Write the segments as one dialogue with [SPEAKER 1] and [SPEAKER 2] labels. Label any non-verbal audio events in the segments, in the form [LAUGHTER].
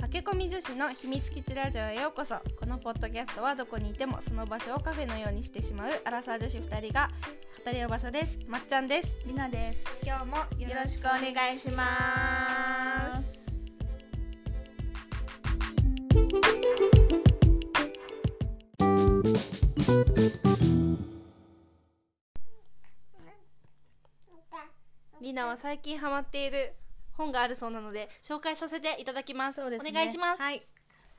[SPEAKER 1] 駆け込み女子の秘密基地ラジオへようこそこのポッドキャストはどこにいてもその場所をカフェのようにしてしまうアラサー女子2人が語り合う場所ですまっちゃんです
[SPEAKER 2] りなです
[SPEAKER 1] 今日もよろしくお願いしますりなは最近ハマっている本があるそうなので紹介させていただきます
[SPEAKER 2] そうです、ね、
[SPEAKER 1] お願いします、
[SPEAKER 2] はい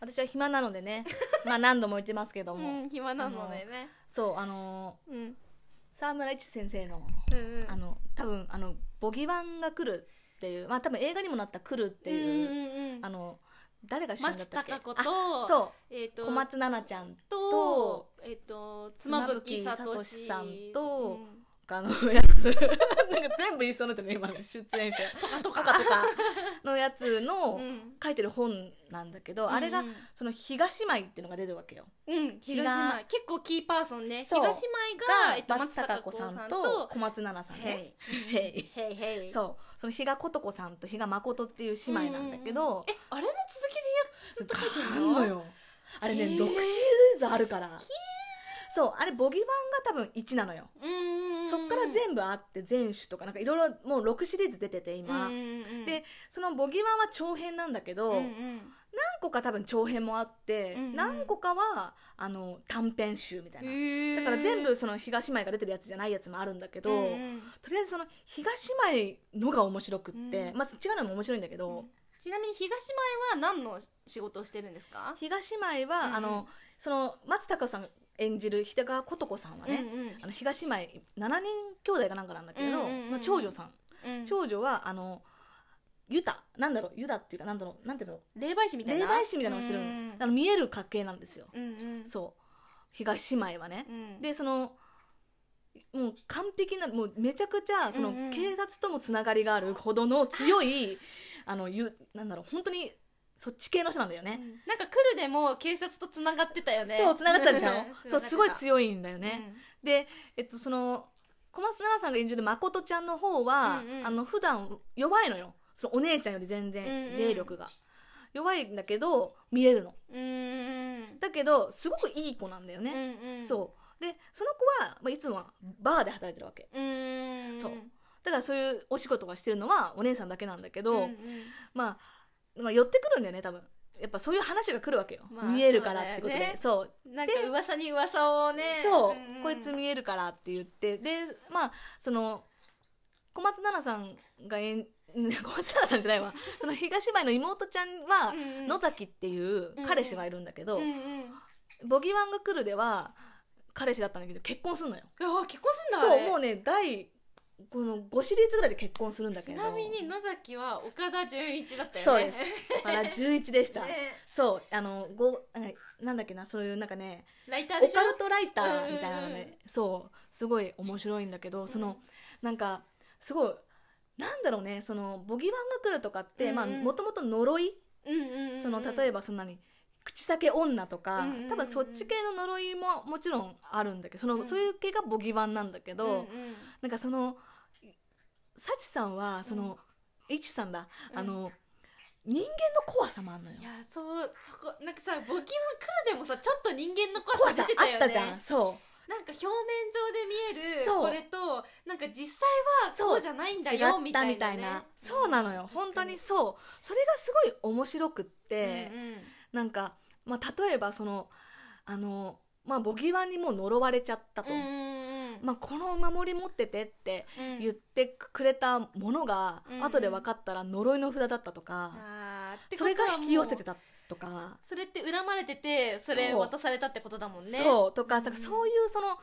[SPEAKER 2] 私は暇なの
[SPEAKER 1] [LAUGHS]
[SPEAKER 2] でねまあ何度も言ってますけど
[SPEAKER 1] う
[SPEAKER 2] も、
[SPEAKER 1] ん暇なのでね
[SPEAKER 2] そうあの
[SPEAKER 1] うんうん
[SPEAKER 2] ー沢村一先生の
[SPEAKER 1] うん
[SPEAKER 2] あの多分あのボギワンが来るっていうまあ多分映画にもなった来るって
[SPEAKER 1] うん
[SPEAKER 2] いう、
[SPEAKER 1] うんうん
[SPEAKER 2] あの誰が主演だ
[SPEAKER 1] 松
[SPEAKER 2] った
[SPEAKER 1] た
[SPEAKER 2] っけ
[SPEAKER 1] か子
[SPEAKER 2] あ
[SPEAKER 1] と
[SPEAKER 2] そ
[SPEAKER 1] えっ
[SPEAKER 2] う
[SPEAKER 1] と
[SPEAKER 2] 小松菜奈ちゃん
[SPEAKER 1] と
[SPEAKER 2] と
[SPEAKER 1] えっと妻夫木聡
[SPEAKER 2] 妻夫木聡さんと
[SPEAKER 1] うん
[SPEAKER 2] あのやつ [LAUGHS] なんか全部言いそうになったね今出演者
[SPEAKER 1] [LAUGHS]
[SPEAKER 2] とかとかとかのやつの、
[SPEAKER 1] うん
[SPEAKER 2] 書いてる本なんだけど、あれ
[SPEAKER 1] う
[SPEAKER 2] が
[SPEAKER 1] ん
[SPEAKER 2] その東舞っていうのが出るわけよ。
[SPEAKER 1] うん東島
[SPEAKER 2] が
[SPEAKER 1] 結構キーパーソンね
[SPEAKER 2] そう
[SPEAKER 1] 東島がえっと松
[SPEAKER 2] 松
[SPEAKER 1] た
[SPEAKER 2] た
[SPEAKER 1] か
[SPEAKER 2] か
[SPEAKER 1] 子さ
[SPEAKER 2] 子さ
[SPEAKER 1] ん
[SPEAKER 2] んと
[SPEAKER 1] と
[SPEAKER 2] 小松菜奈さんね。へい
[SPEAKER 1] へいへい
[SPEAKER 2] [LAUGHS] そうその比嘉琴子さんと比嘉誠っていう姉妹なんだけ
[SPEAKER 1] うう
[SPEAKER 2] ど、
[SPEAKER 1] えあれの続きでずっと書いて
[SPEAKER 2] あ
[SPEAKER 1] る
[SPEAKER 2] ん
[SPEAKER 1] の
[SPEAKER 2] のよあれね、
[SPEAKER 1] へー
[SPEAKER 2] 6シリーズあるからそうあれボギ版が多分1なのよ、
[SPEAKER 1] うんうんうん
[SPEAKER 2] そっから全部あって全種とかなんかいろいろもう6シリーズ出てて今、
[SPEAKER 1] うんうんうん
[SPEAKER 2] でそのボギ版は長編なんだけど、
[SPEAKER 1] うんう
[SPEAKER 2] 何
[SPEAKER 1] ん
[SPEAKER 2] 個か多分長編もあって、
[SPEAKER 1] うんうん
[SPEAKER 2] 何個かはあの短編集みたいな
[SPEAKER 1] へー
[SPEAKER 2] だから全部その東舞が出てるやつじゃないやつもあるんだけど、
[SPEAKER 1] うんうん
[SPEAKER 2] とりあえずその東舞のが面白くって、
[SPEAKER 1] うん
[SPEAKER 2] まあ違うのも面白いんだけど、
[SPEAKER 1] ちなみに東前は何の仕事をしてるんですか
[SPEAKER 2] 東舞は、
[SPEAKER 1] うん
[SPEAKER 2] あのその松たか子さん演じる秀川琴子さんはね、
[SPEAKER 1] うんうん
[SPEAKER 2] あの東舞7人兄弟かなんかなんだけど、
[SPEAKER 1] うんうんうんうん
[SPEAKER 2] の長女さん、
[SPEAKER 1] うん
[SPEAKER 2] 長女はあのユタなんだろうユタっていうかなんだろうなんていうの
[SPEAKER 1] 霊媒師みたい
[SPEAKER 2] 霊
[SPEAKER 1] な
[SPEAKER 2] 媒師みたいなのをしてる
[SPEAKER 1] う
[SPEAKER 2] の,、
[SPEAKER 1] ん
[SPEAKER 2] あの見える家系なんですよ、
[SPEAKER 1] うんうん
[SPEAKER 2] そう東舞はね、
[SPEAKER 1] うん
[SPEAKER 2] でそのもう完璧なもうめちゃくちゃその
[SPEAKER 1] うんうん
[SPEAKER 2] 警察ともつながりがあるほどの
[SPEAKER 1] [LAUGHS]
[SPEAKER 2] 強い、あのゆなんだろう本当にそっち系の人なんだよ
[SPEAKER 1] う
[SPEAKER 2] ね、
[SPEAKER 1] んなんか来るでも警察とつながってたよね
[SPEAKER 2] そうつながっ
[SPEAKER 1] [LAUGHS]
[SPEAKER 2] たでしょそうすごい
[SPEAKER 1] い
[SPEAKER 2] 強いんだよね、でえっとその小松菜奈さんが演じる誠ちゃんの方は、
[SPEAKER 1] うんうん
[SPEAKER 2] あの普段弱いのよそのお姉ちゃんより全
[SPEAKER 1] うんうん
[SPEAKER 2] 然霊力が、弱いんだけど見えるの
[SPEAKER 1] うんうん
[SPEAKER 2] だけどすごくいい子なんだよ
[SPEAKER 1] うん
[SPEAKER 2] ね、
[SPEAKER 1] うんうん
[SPEAKER 2] そうでその子は、まあ、いつもはバーで働いてるわけ
[SPEAKER 1] うん
[SPEAKER 2] そうだからそういうお仕事がしてるのはお姉さんだけなんだけど、
[SPEAKER 1] んん
[SPEAKER 2] まあ、まあ寄ってくるんだよね多分やっぱそういう話が来るわけよ、
[SPEAKER 1] まあ
[SPEAKER 2] 見えるからってこと
[SPEAKER 1] そうだよ
[SPEAKER 2] で
[SPEAKER 1] ね
[SPEAKER 2] そう,、
[SPEAKER 1] なんか噂に噂をね
[SPEAKER 2] そう、
[SPEAKER 1] んん
[SPEAKER 2] こいつ見えるからって言ってでまあその小松菜奈さん [LAUGHS] が演小松菜奈さんじゃないわその東芝居の妹ちゃんは
[SPEAKER 1] うんうん
[SPEAKER 2] 野崎っていう彼氏がいるんだけど、
[SPEAKER 1] うんうん
[SPEAKER 2] ボギワンが来るでは彼氏だったんだけど結婚すんのよ
[SPEAKER 1] うわ結婚すんだあ
[SPEAKER 2] そう
[SPEAKER 1] れ
[SPEAKER 2] もうね第この5シリーズぐらいで結婚するんだけ
[SPEAKER 1] ち
[SPEAKER 2] ど
[SPEAKER 1] なみに野崎は岡田准一だったよね
[SPEAKER 2] そうです。だから11でした。
[SPEAKER 1] ね
[SPEAKER 2] そう、あの、ご、なんかなんだっけな、そういうなんかね、
[SPEAKER 1] ライターで
[SPEAKER 2] オ
[SPEAKER 1] しょ
[SPEAKER 2] カルトライターみたいなの
[SPEAKER 1] うんうんうん
[SPEAKER 2] ね、そう、すごい面白いんだけど、そ
[SPEAKER 1] うん
[SPEAKER 2] の、なんか、すごい、なんだろうね、その、ボギワンが来るとかって、
[SPEAKER 1] うんうん
[SPEAKER 2] まあ、もともと呪い、
[SPEAKER 1] うんうんうん
[SPEAKER 2] その、例え
[SPEAKER 1] ば
[SPEAKER 2] ばそんなに、口裂け女とか、
[SPEAKER 1] うんうんうんうん
[SPEAKER 2] 多分そっち系の呪いももちろんあるんだけど、その、
[SPEAKER 1] うん
[SPEAKER 2] そういう系がボギワンなんだけど、なんかその、サチさんは、その、イチさんだ、あの、人間の怖さもあ
[SPEAKER 1] [LAUGHS]
[SPEAKER 2] んのよ
[SPEAKER 1] い。やそうそこなんかさボキは来るでもさちょっと人間の怖
[SPEAKER 2] 怖
[SPEAKER 1] さ出
[SPEAKER 2] さ
[SPEAKER 1] て
[SPEAKER 2] あ
[SPEAKER 1] たよね
[SPEAKER 2] ったじゃんそう
[SPEAKER 1] なんか表面上で見える
[SPEAKER 2] そう
[SPEAKER 1] これとなんか実際は
[SPEAKER 2] そう
[SPEAKER 1] こうじゃないんだ
[SPEAKER 2] 違っ
[SPEAKER 1] よ
[SPEAKER 2] た
[SPEAKER 1] み
[SPEAKER 2] み
[SPEAKER 1] た
[SPEAKER 2] た
[SPEAKER 1] い
[SPEAKER 2] い
[SPEAKER 1] な,、
[SPEAKER 2] な,、
[SPEAKER 1] ね、
[SPEAKER 2] そうなのよ本当にそうそれがすごい面白くって、
[SPEAKER 1] うんうん
[SPEAKER 2] なんか、まあ、例えばそのあの、まあ、ボギワンにもう呪われちゃったと、
[SPEAKER 1] うんうんうん
[SPEAKER 2] まあ、このお守り持っててって
[SPEAKER 1] うん
[SPEAKER 2] 言ってくれたものが、
[SPEAKER 1] うん
[SPEAKER 2] 後で分かったら呪いの札だったとか、
[SPEAKER 1] あーってこ
[SPEAKER 2] そ
[SPEAKER 1] と
[SPEAKER 2] れ
[SPEAKER 1] は
[SPEAKER 2] が引き寄せて
[SPEAKER 1] もう
[SPEAKER 2] たとか、
[SPEAKER 1] それって恨まれててそれ
[SPEAKER 2] そう
[SPEAKER 1] 渡されたってことだもんね
[SPEAKER 2] そうとか
[SPEAKER 1] うん
[SPEAKER 2] だからそういうその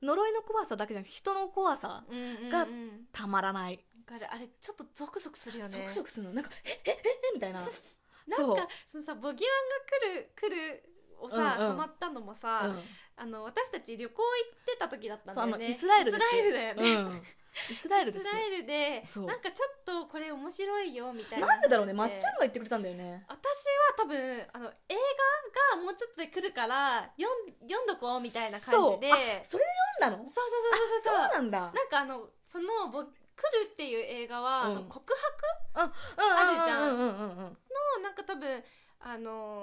[SPEAKER 2] 呪いの怖さだけじゃなくて人の怖さ
[SPEAKER 1] うんうんうん、
[SPEAKER 2] が
[SPEAKER 1] わ
[SPEAKER 2] たまらない
[SPEAKER 1] かるあれちょっとゾクゾクするよね
[SPEAKER 2] ゾクゾクするのなんか「ええええみたいな
[SPEAKER 1] なん
[SPEAKER 2] そう
[SPEAKER 1] かそのさボギワンが来る来るをさ、
[SPEAKER 2] うんうん
[SPEAKER 1] ハマったのもさ、
[SPEAKER 2] うん
[SPEAKER 1] あの私たち旅行行ってた時だったんだよ
[SPEAKER 2] そうあ
[SPEAKER 1] ね
[SPEAKER 2] のイスラエルで
[SPEAKER 1] イ
[SPEAKER 2] す
[SPEAKER 1] スラエルだよね、
[SPEAKER 2] うん、イスラエルで
[SPEAKER 1] イス
[SPEAKER 2] す
[SPEAKER 1] ラエルで
[SPEAKER 2] そう
[SPEAKER 1] なんかちょっとこれ面白いよみたいな
[SPEAKER 2] なんでだろうねま
[SPEAKER 1] 話
[SPEAKER 2] っ
[SPEAKER 1] で
[SPEAKER 2] ちゃんが言ってくれたんだよね
[SPEAKER 1] 私は多分あの映画がもうちょっとで来るから読ん読んどこうみたいな感じで
[SPEAKER 2] そうあそれ読んだの
[SPEAKER 1] そうそうそうそうそう
[SPEAKER 2] あそうなんだ
[SPEAKER 1] なんかあのそのぼ来るっていう映画は、あの
[SPEAKER 2] うん
[SPEAKER 1] 告白
[SPEAKER 2] あ
[SPEAKER 1] あるじゃん
[SPEAKER 2] うんうんうんうん
[SPEAKER 1] のなんか多分あの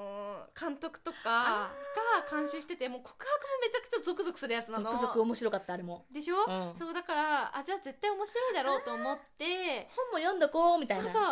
[SPEAKER 1] ー監督とかが監修しててもう告白もめちゃくちゃゾクゾクするやつな
[SPEAKER 2] 続
[SPEAKER 1] の
[SPEAKER 2] 々面白かったあれも、
[SPEAKER 1] でしょ、
[SPEAKER 2] うん
[SPEAKER 1] そうだからあじゃあ絶対面白いだろうと思って
[SPEAKER 2] 本も読んどこうみた
[SPEAKER 1] そ
[SPEAKER 2] いうな
[SPEAKER 1] そう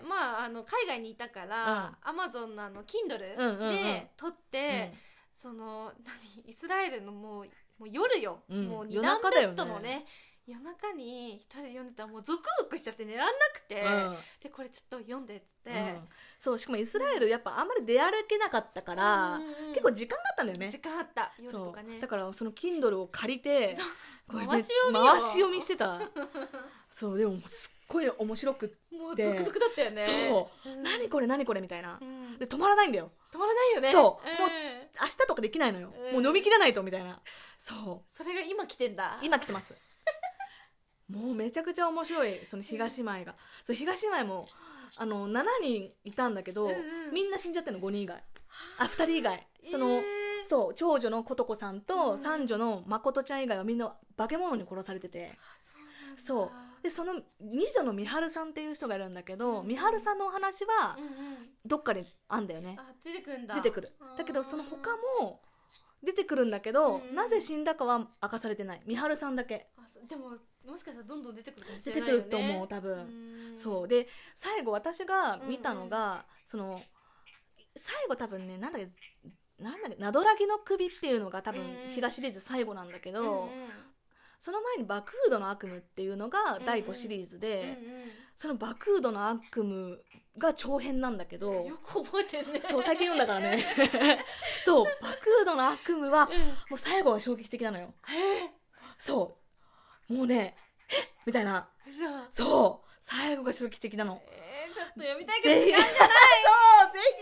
[SPEAKER 1] でまああの海外にいたから、アマゾンのあの Kindle で
[SPEAKER 2] うんうんうん
[SPEAKER 1] 撮っ
[SPEAKER 2] う
[SPEAKER 1] て、
[SPEAKER 2] ん
[SPEAKER 1] その何イスラエルのもうもう夜よ、
[SPEAKER 2] うん
[SPEAKER 1] もう二
[SPEAKER 2] 夜
[SPEAKER 1] 段
[SPEAKER 2] 中
[SPEAKER 1] ベ
[SPEAKER 2] だよ
[SPEAKER 1] ッ
[SPEAKER 2] ね
[SPEAKER 1] ドのね夜中に一人で読んでたらもうゾクゾクしちゃって寝らんなくて、
[SPEAKER 2] うん
[SPEAKER 1] でこれちょっと読んでっつって、
[SPEAKER 2] うんそうしかもイスラエルやっぱあんまり出歩けなかったから、
[SPEAKER 1] うんうん
[SPEAKER 2] 結構時間があったんだよね
[SPEAKER 1] 時間あった夜
[SPEAKER 2] そう
[SPEAKER 1] とかね
[SPEAKER 2] だからその Kindle を借りてこれ
[SPEAKER 1] 回し読みよ
[SPEAKER 2] 回し読みしてたそうでもすっごい面白くって
[SPEAKER 1] もう
[SPEAKER 2] で
[SPEAKER 1] ゾクゾクだったよね、
[SPEAKER 2] そう
[SPEAKER 1] ん
[SPEAKER 2] 何これ何これみたいな
[SPEAKER 1] うん
[SPEAKER 2] で止まらないんだよ
[SPEAKER 1] 止まらないよね
[SPEAKER 2] そう
[SPEAKER 1] うん
[SPEAKER 2] もう明日とかできないのよ
[SPEAKER 1] うん
[SPEAKER 2] もう飲みきらないとみたいなそ
[SPEAKER 1] それが今来てんだ
[SPEAKER 2] う今来てます
[SPEAKER 1] [LAUGHS]
[SPEAKER 2] もうめちゃくちゃ面白いその東前がそう東前もあの7人いたんだけど、
[SPEAKER 1] うんうん
[SPEAKER 2] みんな死んじゃってんの5人以外あ2人以外その、
[SPEAKER 1] えー
[SPEAKER 2] そう長女の琴子さん
[SPEAKER 1] う
[SPEAKER 2] と
[SPEAKER 1] ん
[SPEAKER 2] 三女の誠ちゃん以外はみんな化け物に殺されてて
[SPEAKER 1] あそうなんだ
[SPEAKER 2] そうでその二女の美晴さんっていう人がいるんだけど、
[SPEAKER 1] うん
[SPEAKER 2] 美晴さんのお話は
[SPEAKER 1] うんうん
[SPEAKER 2] どっかにあんだよね
[SPEAKER 1] あ出てくんだ
[SPEAKER 2] 出てくる
[SPEAKER 1] あー
[SPEAKER 2] だけどその他も出てくるんだけど、
[SPEAKER 1] うん
[SPEAKER 2] なぜ死んだかは明かされてない美晴さんだけ
[SPEAKER 1] あそうでももしかしたらどんどん出てくるかもしれ
[SPEAKER 2] 出て
[SPEAKER 1] な
[SPEAKER 2] く
[SPEAKER 1] いよ、ね、
[SPEAKER 2] ると思う、多分、
[SPEAKER 1] うん
[SPEAKER 2] そうで最後私が見たのが、その最後多分ねなんだっけなんだっけなどらぎの首っていうのが多分
[SPEAKER 1] うんうん
[SPEAKER 2] 東シリーズ最後なんだけど、
[SPEAKER 1] うんうん
[SPEAKER 2] その前に「バクードの悪夢」っていうのが第5シリーズで、
[SPEAKER 1] う
[SPEAKER 2] その「バクードの悪夢」が長編なんだけ
[SPEAKER 1] んうん
[SPEAKER 2] ど
[SPEAKER 1] よく覚えてるね
[SPEAKER 2] そう最近読んだからね
[SPEAKER 1] [LAUGHS]
[SPEAKER 2] そう「バクードの悪夢は」
[SPEAKER 1] うんへ
[SPEAKER 2] もう最後は衝撃的なのよ
[SPEAKER 1] え
[SPEAKER 2] そうもうねえみたいな
[SPEAKER 1] 嘘
[SPEAKER 2] そう最後が衝撃的なの
[SPEAKER 1] えー、ちょっと読みたいけど
[SPEAKER 2] ぜ
[SPEAKER 1] 時
[SPEAKER 2] ひ
[SPEAKER 1] 間
[SPEAKER 2] そうぜ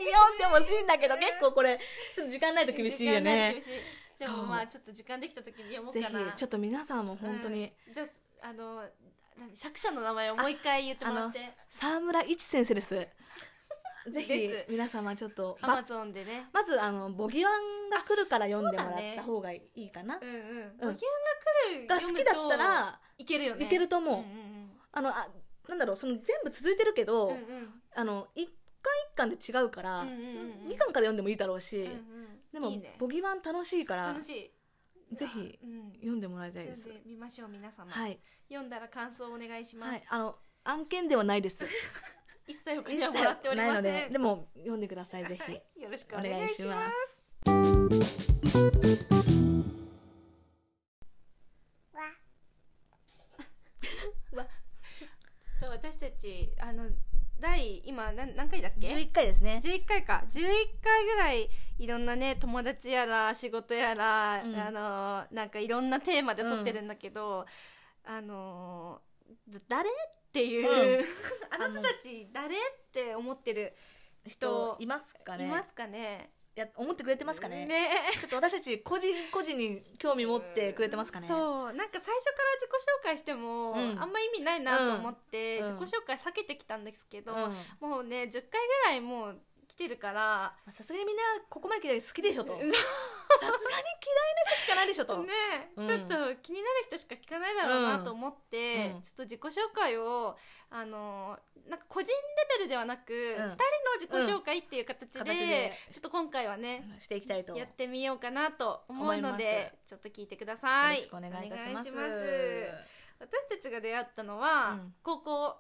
[SPEAKER 2] ひ読んでほしいんだけど結構これちょっと時間ないと厳しい
[SPEAKER 1] 時
[SPEAKER 2] よね
[SPEAKER 1] 間ないと厳しいでも
[SPEAKER 2] そう
[SPEAKER 1] まあちょっと時間できた時に読もうか
[SPEAKER 2] ぜ
[SPEAKER 1] な
[SPEAKER 2] ひちょっと皆さんも本当に、
[SPEAKER 1] うんじゃああの何作者の名前をもう一回言って
[SPEAKER 2] あ
[SPEAKER 1] もらっ
[SPEAKER 2] の
[SPEAKER 1] て
[SPEAKER 2] 沢村一先生ですぜひ
[SPEAKER 1] です
[SPEAKER 2] 皆様ちょっと
[SPEAKER 1] アマゾンでね
[SPEAKER 2] まずあのボギワンが来るから読んで
[SPEAKER 1] あ
[SPEAKER 2] もらっ
[SPEAKER 1] そうだね
[SPEAKER 2] た方がいいかな、
[SPEAKER 1] うんうん
[SPEAKER 2] うん
[SPEAKER 1] 募金が来
[SPEAKER 2] が
[SPEAKER 1] る
[SPEAKER 2] 好
[SPEAKER 1] 読
[SPEAKER 2] き
[SPEAKER 1] む
[SPEAKER 2] だ
[SPEAKER 1] と
[SPEAKER 2] ったら
[SPEAKER 1] いけるよね
[SPEAKER 2] いけると思
[SPEAKER 1] うん
[SPEAKER 2] う、
[SPEAKER 1] うん
[SPEAKER 2] あのあなんだろうその全部続いてるけど、
[SPEAKER 1] うんうんうん
[SPEAKER 2] あの一巻一巻で違うから、
[SPEAKER 1] うんう
[SPEAKER 2] 二
[SPEAKER 1] んうんうん
[SPEAKER 2] 2巻から読んでもいいだろうし、
[SPEAKER 1] うんうん
[SPEAKER 2] でも
[SPEAKER 1] いいね
[SPEAKER 2] ボギワン楽しいから
[SPEAKER 1] 楽しい
[SPEAKER 2] ぜひ
[SPEAKER 1] うん
[SPEAKER 2] 読んでもらいたいで
[SPEAKER 1] 読
[SPEAKER 2] す
[SPEAKER 1] んでみましょう皆様
[SPEAKER 2] はい、
[SPEAKER 1] 読んだら感想をお願いします、
[SPEAKER 2] はい、あの案件ではないです
[SPEAKER 1] [LAUGHS] 一切お
[SPEAKER 2] 一
[SPEAKER 1] 金は
[SPEAKER 2] 切
[SPEAKER 1] もらっており
[SPEAKER 2] ない
[SPEAKER 1] ませ
[SPEAKER 2] の
[SPEAKER 1] ん
[SPEAKER 2] ででも読んでくださいぜひ
[SPEAKER 1] はいよろしくお
[SPEAKER 2] お
[SPEAKER 1] 願
[SPEAKER 2] 願
[SPEAKER 1] い
[SPEAKER 2] い
[SPEAKER 1] し
[SPEAKER 2] し
[SPEAKER 1] ま
[SPEAKER 2] ますす
[SPEAKER 1] と私たちあの第今何何回だっけ
[SPEAKER 2] 11回ですね
[SPEAKER 1] 11回か11回ぐらいいろんなね友達やら仕事やら、
[SPEAKER 2] うん
[SPEAKER 1] あのーなんかいろんなテーマで撮ってるんだけど、あのーだ誰っていう、
[SPEAKER 2] う
[SPEAKER 1] [LAUGHS] あなたたち誰って思ってる人
[SPEAKER 2] 人いますかね
[SPEAKER 1] いますかね
[SPEAKER 2] いや思ってくれてますかね
[SPEAKER 1] ね
[SPEAKER 2] ちょっと私たち個人個人に興味持ってくれてますかね
[SPEAKER 1] そうなんか最初から自己紹介しても、
[SPEAKER 2] うん
[SPEAKER 1] あんま意味ないなと思って、
[SPEAKER 2] うん
[SPEAKER 1] 自己紹介避けてきたんですけど、
[SPEAKER 2] うんま
[SPEAKER 1] もうね10回ぐらいもう来てるから
[SPEAKER 2] あさすがにみんなここまで聞いたら好きでしょとさすがに嫌いな人聞かないでしょと、
[SPEAKER 1] [LAUGHS] ねえ、
[SPEAKER 2] うん
[SPEAKER 1] ちょっと気になる人しか聞かないだろうなと思って、
[SPEAKER 2] うん
[SPEAKER 1] ちょっと自己紹介をあのなんか個人レベルではなく、二人の自己紹介っていう形で,、
[SPEAKER 2] うん形で
[SPEAKER 1] ちょっと今回はね、
[SPEAKER 2] していきたいと
[SPEAKER 1] やってみようかなと思う
[SPEAKER 2] 思い
[SPEAKER 1] の
[SPEAKER 2] ます
[SPEAKER 1] でちょっと聞いてください。
[SPEAKER 2] よろしくお願いいたします
[SPEAKER 1] お願いし私たちが出会ったのは、
[SPEAKER 2] うん
[SPEAKER 1] 高校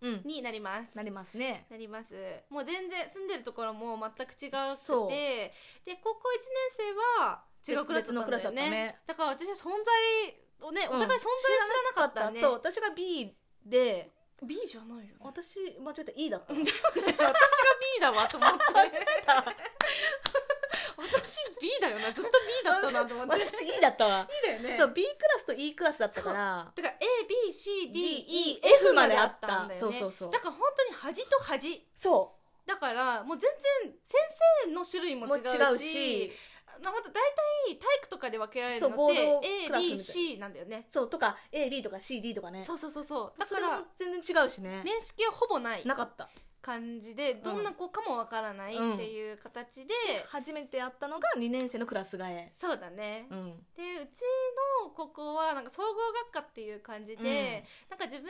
[SPEAKER 2] うん
[SPEAKER 1] になります。
[SPEAKER 2] なりますね
[SPEAKER 1] なりますもう全然住んでるところも全く違
[SPEAKER 2] そ
[SPEAKER 1] く
[SPEAKER 2] う
[SPEAKER 1] てで高校1年生は違うクラスだったんだよね
[SPEAKER 2] 別々のクラスだったね
[SPEAKER 1] だから私は存在をねお
[SPEAKER 2] うん
[SPEAKER 1] 互い存在知らなかったね、
[SPEAKER 2] と私が B で
[SPEAKER 1] B じゃないよ、ね、
[SPEAKER 2] 私間違えた E だっ
[SPEAKER 1] [LAUGHS]
[SPEAKER 2] た
[SPEAKER 1] 私が B だわと思って私 B だよなずっと B だったなと思 [LAUGHS] って
[SPEAKER 2] [LAUGHS] 私 E だったわ
[SPEAKER 1] B だよね
[SPEAKER 2] そう B クラスと E クラスだったから
[SPEAKER 1] だから
[SPEAKER 2] D E
[SPEAKER 1] ABCDEF
[SPEAKER 2] F
[SPEAKER 1] ま
[SPEAKER 2] ま
[SPEAKER 1] で
[SPEAKER 2] で
[SPEAKER 1] あ
[SPEAKER 2] あ
[SPEAKER 1] っ
[SPEAKER 2] ったた
[SPEAKER 1] んだよね
[SPEAKER 2] そうそうそう
[SPEAKER 1] だから本当に端と端
[SPEAKER 2] そ
[SPEAKER 1] だからもう全然先生の種類も
[SPEAKER 2] う
[SPEAKER 1] 違うし
[SPEAKER 2] し
[SPEAKER 1] なほんと大体体育とかで分けられるの
[SPEAKER 2] そう合同クラスみたいな
[SPEAKER 1] ABC なんだよね
[SPEAKER 2] そうとか AB とか CD とかね
[SPEAKER 1] そうそうそうそうだ
[SPEAKER 2] そ
[SPEAKER 1] か
[SPEAKER 2] れも
[SPEAKER 1] ら
[SPEAKER 2] 全然違うしね
[SPEAKER 1] 面識はほぼない
[SPEAKER 2] なかった
[SPEAKER 1] 感じでどんな子かもわからないっていう形で、
[SPEAKER 2] 初めてやったのが2年生のクラス替え、
[SPEAKER 1] そうだね、
[SPEAKER 2] うん、
[SPEAKER 1] でうちのここはなんか総合学科っていう感じで、
[SPEAKER 2] うん
[SPEAKER 1] なんか自分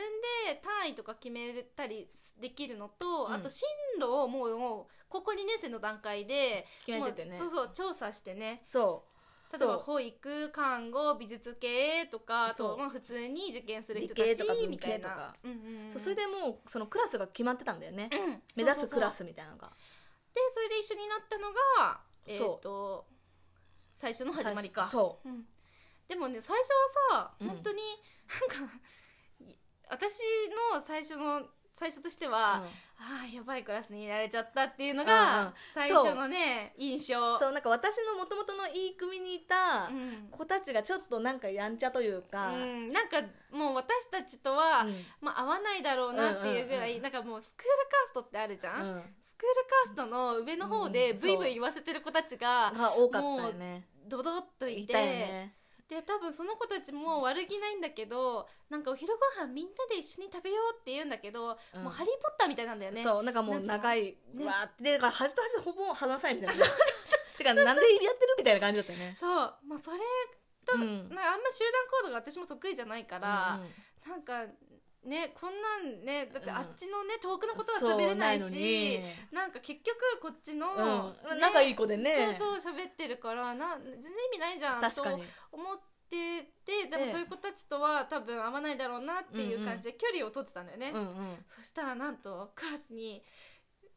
[SPEAKER 1] で単位とか決めたりできるのと、
[SPEAKER 2] うん
[SPEAKER 1] あと進路をもうもう高校2年生の段階で
[SPEAKER 2] 決めてて
[SPEAKER 1] も
[SPEAKER 2] ね
[SPEAKER 1] うそうそう調査してね
[SPEAKER 2] そう
[SPEAKER 1] 例えば
[SPEAKER 2] そう
[SPEAKER 1] 保育看護美術系とかあ
[SPEAKER 2] そ
[SPEAKER 1] と
[SPEAKER 2] う
[SPEAKER 1] まあ普通に受験する人た
[SPEAKER 2] 理系
[SPEAKER 1] ち
[SPEAKER 2] とか文系
[SPEAKER 1] みたい
[SPEAKER 2] と
[SPEAKER 1] な
[SPEAKER 2] か、
[SPEAKER 1] うんうんうん
[SPEAKER 2] そうそれでもうそのクラスが決まってたんだよね、
[SPEAKER 1] うん
[SPEAKER 2] 目指すクラ
[SPEAKER 1] そうそうそう
[SPEAKER 2] スみたいなのが
[SPEAKER 1] でそれで一緒になったのがえっ、と最初の始まりか
[SPEAKER 2] そ
[SPEAKER 1] うんでもね最初はさ
[SPEAKER 2] うん
[SPEAKER 1] 本当になんか、い私の最初の最初としては、
[SPEAKER 2] う、
[SPEAKER 1] ああやばいクラスに入れられちゃったっていうの
[SPEAKER 2] うんう
[SPEAKER 1] が
[SPEAKER 2] ん
[SPEAKER 1] 最初のね、印象
[SPEAKER 2] そうなんか私のもともとのいい組にいた
[SPEAKER 1] うん
[SPEAKER 2] 子たちがちょっとなんかやんちゃというか、
[SPEAKER 1] うんなんかもう私たちとは、
[SPEAKER 2] うん
[SPEAKER 1] まあ、合わないだろうなっていうぐらい、
[SPEAKER 2] うんうんうん
[SPEAKER 1] なんかもうスクールカーストってあるじゃん、
[SPEAKER 2] うん
[SPEAKER 1] スクールカーストの上の方で
[SPEAKER 2] うん
[SPEAKER 1] ブイブイ言わせてる子たちが
[SPEAKER 2] が多かったよね
[SPEAKER 1] ドドッといて
[SPEAKER 2] いたよね
[SPEAKER 1] で多分その子たちも悪気ないんだけどなんかお昼ご飯みんなで一緒に食べようって言うんだけど、
[SPEAKER 2] うん
[SPEAKER 1] もう「ハリー・ポッター」みたいなんだよね
[SPEAKER 2] そうなんかもう長い
[SPEAKER 1] なんつうのね
[SPEAKER 2] わーってでだから端と端ほぼ離さないみた
[SPEAKER 1] [LAUGHS]
[SPEAKER 2] いなてかなんでやってるみたいな感じだったよね
[SPEAKER 1] そうまあそれと、
[SPEAKER 2] うん
[SPEAKER 1] なんかあんま集団行動が私も得意じゃないから、なんかねこんなんねだって
[SPEAKER 2] うん
[SPEAKER 1] あっちのね遠くのことは喋れないし、なんか結局こっちの、
[SPEAKER 2] そうないのに、うん、
[SPEAKER 1] ね
[SPEAKER 2] 仲いい子でね
[SPEAKER 1] そうそう喋ってるからな全然意味ないじゃん
[SPEAKER 2] 確かに
[SPEAKER 1] と思っててでも
[SPEAKER 2] ええ
[SPEAKER 1] そういう子たちとは多分合わないだろうなっていう感じで距離を取ってたんだよね、
[SPEAKER 2] うんうん
[SPEAKER 1] そしたらなんとクラスに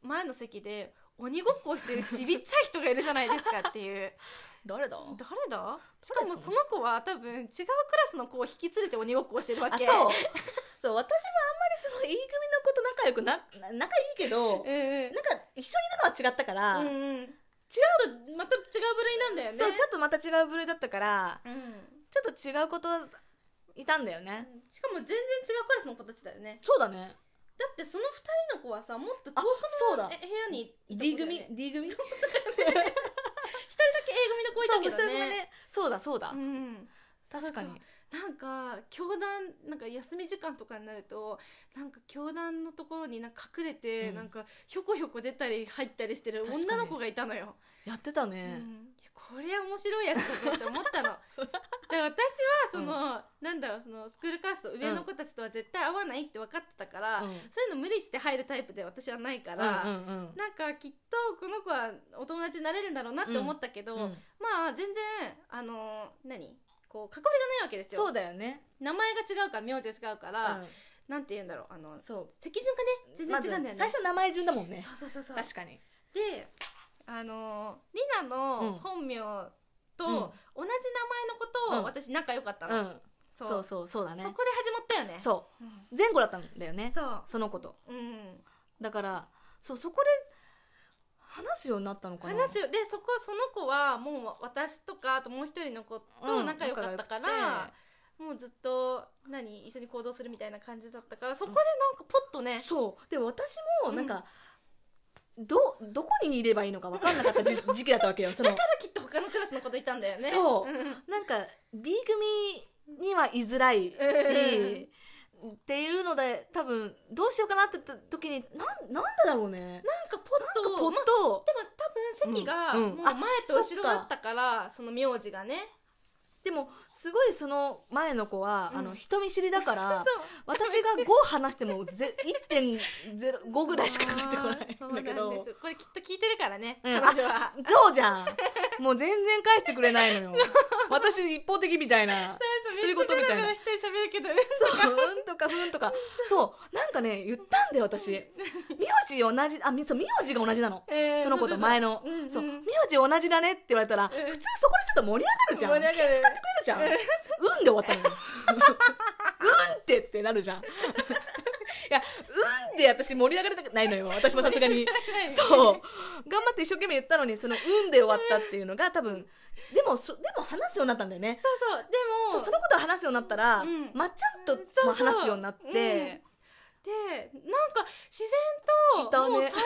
[SPEAKER 1] 前の席で鬼ごっこをしてるちびっちゃい人がいるじゃないですかっていう
[SPEAKER 2] [LAUGHS] 誰だ
[SPEAKER 1] 誰だしかもその子は多分違うクラスの子を引き連れて鬼ごっこをしてるわ
[SPEAKER 2] あ
[SPEAKER 1] け
[SPEAKER 2] そう [LAUGHS] そう私はあんまりそのいい組の子と仲良くなな仲いいけ
[SPEAKER 1] う
[SPEAKER 2] ど
[SPEAKER 1] んうん
[SPEAKER 2] なんか一緒にいるのは違ったから、
[SPEAKER 1] うんうん、違うとまた違う部類なんだ
[SPEAKER 2] そ
[SPEAKER 1] よ
[SPEAKER 2] う
[SPEAKER 1] ね
[SPEAKER 2] ちょっとまた違う部類だったから
[SPEAKER 1] うん
[SPEAKER 2] ちょっと違うこといたんだよね、
[SPEAKER 1] しかも全然違うクラスの子たちだよね
[SPEAKER 2] そうだね
[SPEAKER 1] だってその二人の子はさもっと遠
[SPEAKER 2] あ
[SPEAKER 1] くの
[SPEAKER 2] そうだ
[SPEAKER 1] え部屋にいた子だ
[SPEAKER 2] D
[SPEAKER 1] よね
[SPEAKER 2] 組 D 組そう
[SPEAKER 1] 一人だけ A 組の子いたけどね
[SPEAKER 2] そうだそうだ、
[SPEAKER 1] うん
[SPEAKER 2] 確かに
[SPEAKER 1] そうなんか教団なんか休み時間とかになるとなんか教団のところになんか隠れて、
[SPEAKER 2] うん
[SPEAKER 1] なんかひょこひょこ出たり入ったりしてる
[SPEAKER 2] 確かに
[SPEAKER 1] 女の子がいたのよ、
[SPEAKER 2] やってた
[SPEAKER 1] うん
[SPEAKER 2] ね、
[SPEAKER 1] いやこれは面白いやつだぞって思ったの
[SPEAKER 2] [LAUGHS] そう
[SPEAKER 1] で私はその、なんだろうそのスクールカースト上の子たちとは絶対合わないって分かってたから、
[SPEAKER 2] うん
[SPEAKER 1] そういうの無理して入るタイプで私はないから、
[SPEAKER 2] うんうんうん
[SPEAKER 1] なんかきっとこの子はお友達になれるんだろうなって思ったけど、
[SPEAKER 2] うん
[SPEAKER 1] まあ全然あの何こう囲いがないわけですよ
[SPEAKER 2] そうだよね、
[SPEAKER 1] 名前が違うから名字が違うから、なんて言うんだろうあの
[SPEAKER 2] うんそ
[SPEAKER 1] 席順がね全然違う
[SPEAKER 2] う
[SPEAKER 1] んだよね、
[SPEAKER 2] まず最初名前順だもんね
[SPEAKER 1] そうそうそうそう
[SPEAKER 2] 確かに
[SPEAKER 1] であのリナ
[SPEAKER 2] うん
[SPEAKER 1] の本名と同じ名前の子
[SPEAKER 2] う
[SPEAKER 1] と
[SPEAKER 2] ん
[SPEAKER 1] 私仲良かった
[SPEAKER 2] う
[SPEAKER 1] の、
[SPEAKER 2] ん
[SPEAKER 1] そう
[SPEAKER 2] そうそうそうだね
[SPEAKER 1] そこで始まったよね
[SPEAKER 2] そ
[SPEAKER 1] うん
[SPEAKER 2] う前後だったんだよね
[SPEAKER 1] そう
[SPEAKER 2] そのこと
[SPEAKER 1] うん
[SPEAKER 2] だからそうそこで話すようになったのかな
[SPEAKER 1] 話すよでそこその子はもう私とかあともう一人の子と仲良かったから、もうずっと何一緒に行動するみたいな感じだったからそこでなんかポッとね、
[SPEAKER 2] そうで私もなんか、どどこにいればいいのか分かんなかっ
[SPEAKER 1] [LAUGHS]
[SPEAKER 2] た時時期だったわけよその
[SPEAKER 1] だからきっと他のクラスのこといたんだよね
[SPEAKER 2] そう
[SPEAKER 1] うん
[SPEAKER 2] なんか B 組には居づらいし、っていうので多分どうしようかなって時になんなんでだろうね
[SPEAKER 1] なんかポッと
[SPEAKER 2] ポッ
[SPEAKER 1] まあ
[SPEAKER 2] と、
[SPEAKER 1] でも多分席が
[SPEAKER 2] う
[SPEAKER 1] もう
[SPEAKER 2] んうん
[SPEAKER 1] 前
[SPEAKER 2] あ
[SPEAKER 1] と後ろだったから、その名字がね
[SPEAKER 2] でもすごいその前の子は、
[SPEAKER 1] うん
[SPEAKER 2] あの人見知りだか
[SPEAKER 1] [LAUGHS]
[SPEAKER 2] ら
[SPEAKER 1] そう
[SPEAKER 2] 私が5話してもぜ1.05ぐらいしか返ってこ
[SPEAKER 1] そう
[SPEAKER 2] ないんだ
[SPEAKER 1] そうなん
[SPEAKER 2] けど
[SPEAKER 1] ですこれきっと聞いてるからね、
[SPEAKER 2] うん
[SPEAKER 1] 彼女は
[SPEAKER 2] そうじゃんもう全然返してくれないのよ私一方的みたいな
[SPEAKER 1] めっちゃベラベラ一人喋るけど
[SPEAKER 2] そう、うんとかふんとか。そう、なんかね、言ったんだよ、私。名字同じ、あ、みそう、名字が同じなの。
[SPEAKER 1] えー
[SPEAKER 2] その子と前の
[SPEAKER 1] そうそううん。
[SPEAKER 2] そう、
[SPEAKER 1] うん
[SPEAKER 2] 名字同じだねって言われたら、普通
[SPEAKER 1] うん
[SPEAKER 2] そこでちょっと盛り上がるじゃん。
[SPEAKER 1] 盛り上がる
[SPEAKER 2] 気使ってくれるじゃん。うんで終わったのよ。うんってってなるじゃん。いや、うんで私盛り上がりたくないのよ。私もさすがに。そう。頑張って一生懸命言ったのに、そのうんで終わったっていうのが多分、でも、そでも話すようになったんだよね。
[SPEAKER 1] そうそうでも
[SPEAKER 2] そうそのことを話すようになったら、
[SPEAKER 1] うん
[SPEAKER 2] まっちゃんと、まあ
[SPEAKER 1] そうそう
[SPEAKER 2] 話すようになって、
[SPEAKER 1] でなんか自然
[SPEAKER 2] い
[SPEAKER 1] と
[SPEAKER 2] たね
[SPEAKER 1] もう最初の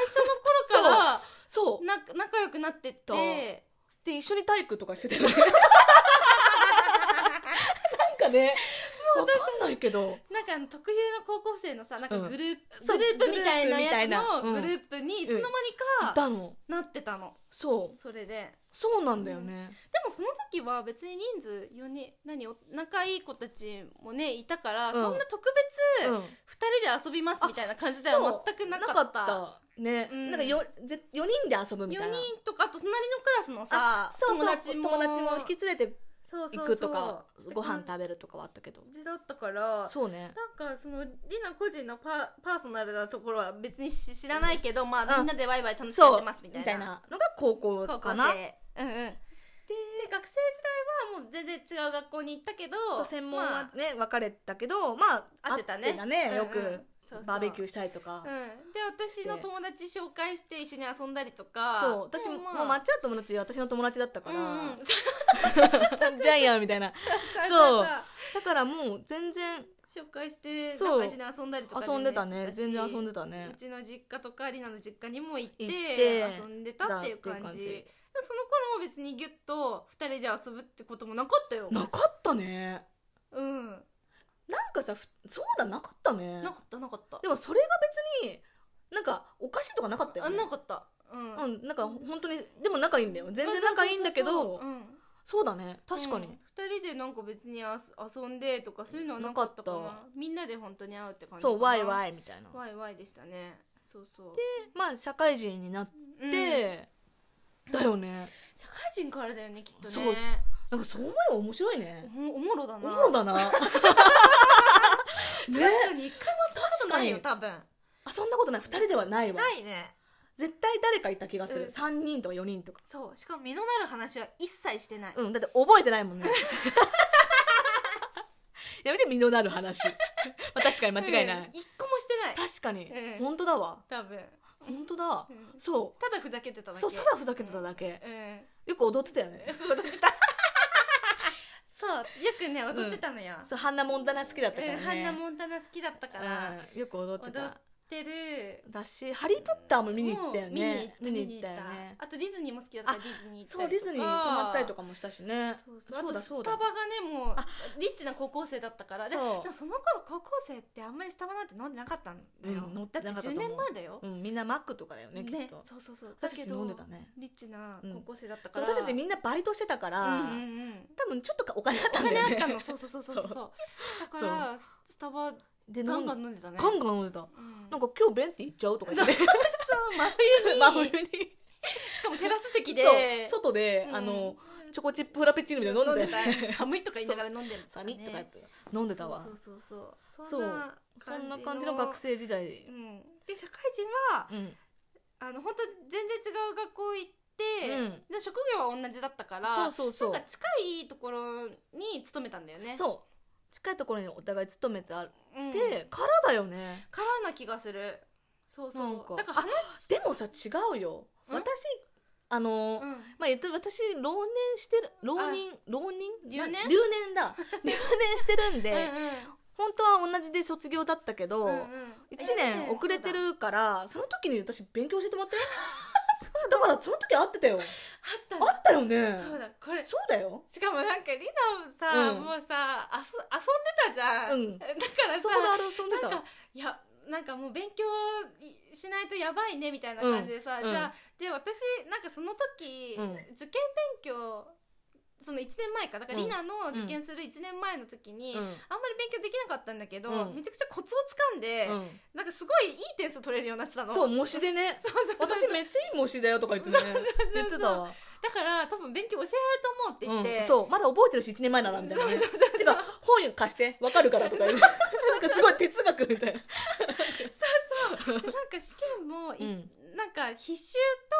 [SPEAKER 1] 頃から
[SPEAKER 2] [LAUGHS] そ
[SPEAKER 1] な仲良くなってって
[SPEAKER 2] そう
[SPEAKER 1] で
[SPEAKER 2] [LAUGHS] うで一緒に体育とかしてたよねなんかね
[SPEAKER 1] も
[SPEAKER 2] わかんないけど
[SPEAKER 1] なんかあの特有の高校生のさなんか
[SPEAKER 2] うん
[SPEAKER 1] グループ、
[SPEAKER 2] そう
[SPEAKER 1] グループみたいなやつの
[SPEAKER 2] グループみたいなう
[SPEAKER 1] グ
[SPEAKER 2] ん
[SPEAKER 1] ループにいつの間に
[SPEAKER 2] い
[SPEAKER 1] か
[SPEAKER 2] たの
[SPEAKER 1] なってたの、
[SPEAKER 2] そう
[SPEAKER 1] それで
[SPEAKER 2] そうなんだよね、
[SPEAKER 1] でもその時は別に人数4人何お仲いい子たちもねいたから、
[SPEAKER 2] うん
[SPEAKER 1] そんな特別
[SPEAKER 2] う
[SPEAKER 1] 2
[SPEAKER 2] ん
[SPEAKER 1] 人で遊びますみたいな感じでは全くなかった
[SPEAKER 2] ね、
[SPEAKER 1] うん
[SPEAKER 2] なんかよぜ4人で遊ぶみ
[SPEAKER 1] 4
[SPEAKER 2] たいな
[SPEAKER 1] 人とかあと隣のクラスのさ
[SPEAKER 2] あそうそう
[SPEAKER 1] 友達も
[SPEAKER 2] 友達も引き連れて
[SPEAKER 1] そうそうそ
[SPEAKER 2] 行
[SPEAKER 1] う
[SPEAKER 2] くとかご飯
[SPEAKER 1] べ
[SPEAKER 2] 食べるとかはあったけど
[SPEAKER 1] 感じだったから
[SPEAKER 2] そうね
[SPEAKER 1] なんかそのリナ個人のパパーソナルなところは別にし知らないけど、まあ、みんなでワイワイ楽しん
[SPEAKER 2] そ
[SPEAKER 1] で
[SPEAKER 2] う
[SPEAKER 1] ますみたい
[SPEAKER 2] み
[SPEAKER 1] な
[SPEAKER 2] たいなのが高校
[SPEAKER 1] 高
[SPEAKER 2] か
[SPEAKER 1] 校
[SPEAKER 2] な
[SPEAKER 1] 生うんうん、で学生時代はもう全然違う学校に行ったけど
[SPEAKER 2] そう専門
[SPEAKER 1] ま
[SPEAKER 2] はね、分かれたけどまあ
[SPEAKER 1] あ、合ってたねうんうん
[SPEAKER 2] よく、
[SPEAKER 1] そうそう
[SPEAKER 2] バーベキューしたりとか、
[SPEAKER 1] うん、で私の友達紹介して一緒に遊んだりとか
[SPEAKER 2] そう私も,、もう抹
[SPEAKER 1] ち
[SPEAKER 2] 茶友達私の友達だったから、
[SPEAKER 1] うんうん、
[SPEAKER 2] [LAUGHS] ジャイアンみたいなそうだからもう全然
[SPEAKER 1] 紹介して
[SPEAKER 2] そう
[SPEAKER 1] 仲一緒に遊んだりとか
[SPEAKER 2] 遊んでたね
[SPEAKER 1] し
[SPEAKER 2] 全然遊ん
[SPEAKER 1] たし
[SPEAKER 2] でたね
[SPEAKER 1] うちの実家とかリナの実家にも行って
[SPEAKER 2] 行って
[SPEAKER 1] 遊んでたっていう感じ
[SPEAKER 2] だっていう
[SPEAKER 1] でその頃も別にギュッと2人で遊ぶってこともなかったよ
[SPEAKER 2] なかったね
[SPEAKER 1] うん
[SPEAKER 2] なんかさふそうだなかったね
[SPEAKER 1] なかったなかった
[SPEAKER 2] でもそれが別になんかおかしいとかなかったよ
[SPEAKER 1] あ
[SPEAKER 2] ね
[SPEAKER 1] なかったうん、
[SPEAKER 2] うん、なんか本当にでも仲いいんだよ全然仲いいんだけ
[SPEAKER 1] そうそう
[SPEAKER 2] ど
[SPEAKER 1] そうそううん
[SPEAKER 2] そうだね確かに、
[SPEAKER 1] うん二人でなんか別にあす遊んでとかそういうのはなかったかな
[SPEAKER 2] なかっ
[SPEAKER 1] みんなで本当に会うって感じか
[SPEAKER 2] そうワイ
[SPEAKER 1] イ
[SPEAKER 2] ワイみたいな
[SPEAKER 1] ワイワイでしたねそうそう
[SPEAKER 2] まあ社会人になっ
[SPEAKER 1] で、うん
[SPEAKER 2] て、だよね
[SPEAKER 1] 社会人からだよねきっとね
[SPEAKER 2] そうなんかそう思えば面白いね
[SPEAKER 1] おもおもろだ
[SPEAKER 2] お
[SPEAKER 1] な
[SPEAKER 2] もろ
[SPEAKER 1] [LAUGHS]
[SPEAKER 2] だなね
[SPEAKER 1] 確かに一回も遊んだことないよ
[SPEAKER 2] 確
[SPEAKER 1] 多分
[SPEAKER 2] あそんなことない2人ではないわ
[SPEAKER 1] ないね
[SPEAKER 2] 絶対誰かいた気がす
[SPEAKER 1] うん
[SPEAKER 2] る、三3人とか4人とか
[SPEAKER 1] そうしかも実のなる話は一切してない、
[SPEAKER 2] うんだって覚えてないも
[SPEAKER 1] [LAUGHS]
[SPEAKER 2] んねやめて身のな
[SPEAKER 1] [LAUGHS]
[SPEAKER 2] る話、まあ、確かに間違いない、
[SPEAKER 1] うん一個もしてない
[SPEAKER 2] 確かに、
[SPEAKER 1] うん
[SPEAKER 2] 本当だわ
[SPEAKER 1] 多分、
[SPEAKER 2] 本当だ
[SPEAKER 1] うん
[SPEAKER 2] そ
[SPEAKER 1] ただふざけてただ
[SPEAKER 2] う
[SPEAKER 1] け
[SPEAKER 2] そうただふざけてただけ、
[SPEAKER 1] うん
[SPEAKER 2] よく踊ってたよね
[SPEAKER 1] そうよくね踊ってたのよ、
[SPEAKER 2] [LAUGHS] そうハンナモンタナ好きだったからね、
[SPEAKER 1] うんハンナ・モンタナ好きだったから、踊っ
[SPEAKER 2] うんよく踊ってた
[SPEAKER 1] てる
[SPEAKER 2] だし「ハリー・ポッター」も見に行ったよね
[SPEAKER 1] もう
[SPEAKER 2] 見に行ったよね
[SPEAKER 1] あとディズニーも好きだったからディズニー行った
[SPEAKER 2] そうディズニー泊まったりと
[SPEAKER 1] か
[SPEAKER 2] かもしたしね
[SPEAKER 1] そうそう
[SPEAKER 2] そう
[SPEAKER 1] あと
[SPEAKER 2] だ
[SPEAKER 1] ス
[SPEAKER 2] そうだ
[SPEAKER 1] タバがねもう
[SPEAKER 2] あ
[SPEAKER 1] リッチな高校生だったからで
[SPEAKER 2] そう
[SPEAKER 1] でもその頃高校生ってあんまりスタバなんて飲んでなかったんだよ、
[SPEAKER 2] うん飲ん
[SPEAKER 1] だ
[SPEAKER 2] で
[SPEAKER 1] って
[SPEAKER 2] なかったと
[SPEAKER 1] 10
[SPEAKER 2] 思
[SPEAKER 1] 年
[SPEAKER 2] う
[SPEAKER 1] 前だよ、
[SPEAKER 2] うんみんなマックとかだよねきっと
[SPEAKER 1] そうそうそうだ
[SPEAKER 2] 私
[SPEAKER 1] け
[SPEAKER 2] たち
[SPEAKER 1] ど
[SPEAKER 2] 飲んでたね
[SPEAKER 1] リッチな
[SPEAKER 2] うん
[SPEAKER 1] 高校生だったか
[SPEAKER 2] そう
[SPEAKER 1] ら、
[SPEAKER 2] 私たちみんなバイトしてたから、
[SPEAKER 1] うんうんうん
[SPEAKER 2] 多分ちょっとかお金あっ
[SPEAKER 1] お
[SPEAKER 2] たんだ
[SPEAKER 1] 金あ
[SPEAKER 2] よ
[SPEAKER 1] った
[SPEAKER 2] ね
[SPEAKER 1] のそうそうそうそうそうだからススタバ
[SPEAKER 2] で
[SPEAKER 1] ガ
[SPEAKER 2] 飲
[SPEAKER 1] ン
[SPEAKER 2] ん
[SPEAKER 1] ガ
[SPEAKER 2] ガ
[SPEAKER 1] ン飲んでたね
[SPEAKER 2] ンガン飲んでた
[SPEAKER 1] うん
[SPEAKER 2] なんか今日ベンって行っちゃうとか言 [LAUGHS] って
[SPEAKER 1] そう真冬
[SPEAKER 2] 真
[SPEAKER 1] に
[SPEAKER 2] [LAUGHS] 冬に
[SPEAKER 1] しかもテラス席で
[SPEAKER 2] そう外で、
[SPEAKER 1] うん
[SPEAKER 2] あのチョコチップフラペチーノみたいなの飲んでたよ [LAUGHS] ね
[SPEAKER 1] 寒いとか言いながら飲んでる
[SPEAKER 2] 寒いとかやって飲んでたわ
[SPEAKER 1] そうそうそうそう
[SPEAKER 2] そ
[SPEAKER 1] そ
[SPEAKER 2] うん
[SPEAKER 1] な
[SPEAKER 2] そんな感じの学生時代で
[SPEAKER 1] うんで社会人は
[SPEAKER 2] うん
[SPEAKER 1] あの本当全然違う学校行って、
[SPEAKER 2] うん
[SPEAKER 1] で職業は同じだったから
[SPEAKER 2] そうそうそう
[SPEAKER 1] なんか近いところに勤めたんだよね
[SPEAKER 2] そう近いところにお互い勤めてあっ
[SPEAKER 1] う、ん、
[SPEAKER 2] て、からだよね
[SPEAKER 1] からな気がするそうそ
[SPEAKER 2] な
[SPEAKER 1] うん
[SPEAKER 2] か
[SPEAKER 1] だから話
[SPEAKER 2] でもさ違うよ
[SPEAKER 1] ん
[SPEAKER 2] 私あの、
[SPEAKER 1] うん
[SPEAKER 2] まあ、えっと私浪年してる浪人浪人
[SPEAKER 1] 留年
[SPEAKER 2] な留
[SPEAKER 1] [LAUGHS]
[SPEAKER 2] 年だ留年してるんで、
[SPEAKER 1] う
[SPEAKER 2] 本当は同じで卒業だったけ
[SPEAKER 1] ん
[SPEAKER 2] ど、
[SPEAKER 1] うんうんうん
[SPEAKER 2] 1年遅れてるからその時に私勉強教えてもら
[SPEAKER 1] [LAUGHS]
[SPEAKER 2] ったよだからその時会ってたよ
[SPEAKER 1] そうだあったんだ
[SPEAKER 2] あったよね
[SPEAKER 1] そうだこれ
[SPEAKER 2] そうだよ
[SPEAKER 1] しかもなんかリナもさ、
[SPEAKER 2] うん
[SPEAKER 1] もうさあす遊んでたじゃん、
[SPEAKER 2] うん
[SPEAKER 1] だからさ
[SPEAKER 2] そうだ遊んで
[SPEAKER 1] な
[SPEAKER 2] た
[SPEAKER 1] んかいやなんかもう勉強しないとやばいねみたいな感じでさ、
[SPEAKER 2] うん
[SPEAKER 1] じゃあで私なんかその時、
[SPEAKER 2] うん
[SPEAKER 1] 受験勉強その1年前かだから
[SPEAKER 2] う
[SPEAKER 1] リ
[SPEAKER 2] ん
[SPEAKER 1] ナの受験する1年前の時に、
[SPEAKER 2] うん
[SPEAKER 1] あんまり勉強できなかったんだけど、
[SPEAKER 2] うん
[SPEAKER 1] めちゃくちゃコツをつかんで、
[SPEAKER 2] うん
[SPEAKER 1] なんかすごいいい点数取れるようになってたの
[SPEAKER 2] そう模試でね
[SPEAKER 1] そう [LAUGHS] そうそう
[SPEAKER 2] 私めっちゃいい模試だよとか言ってね言ってたわ
[SPEAKER 1] だから多分勉強教えられると思うって言って、
[SPEAKER 2] うんそうまだ覚えてるし1年前ならみたいなね
[SPEAKER 1] そうそうそうそう
[SPEAKER 2] てか本貸してわかるからとか言うなんかすごい哲学みたいな
[SPEAKER 1] でなんか試験もい、
[SPEAKER 2] うん
[SPEAKER 1] なんか必修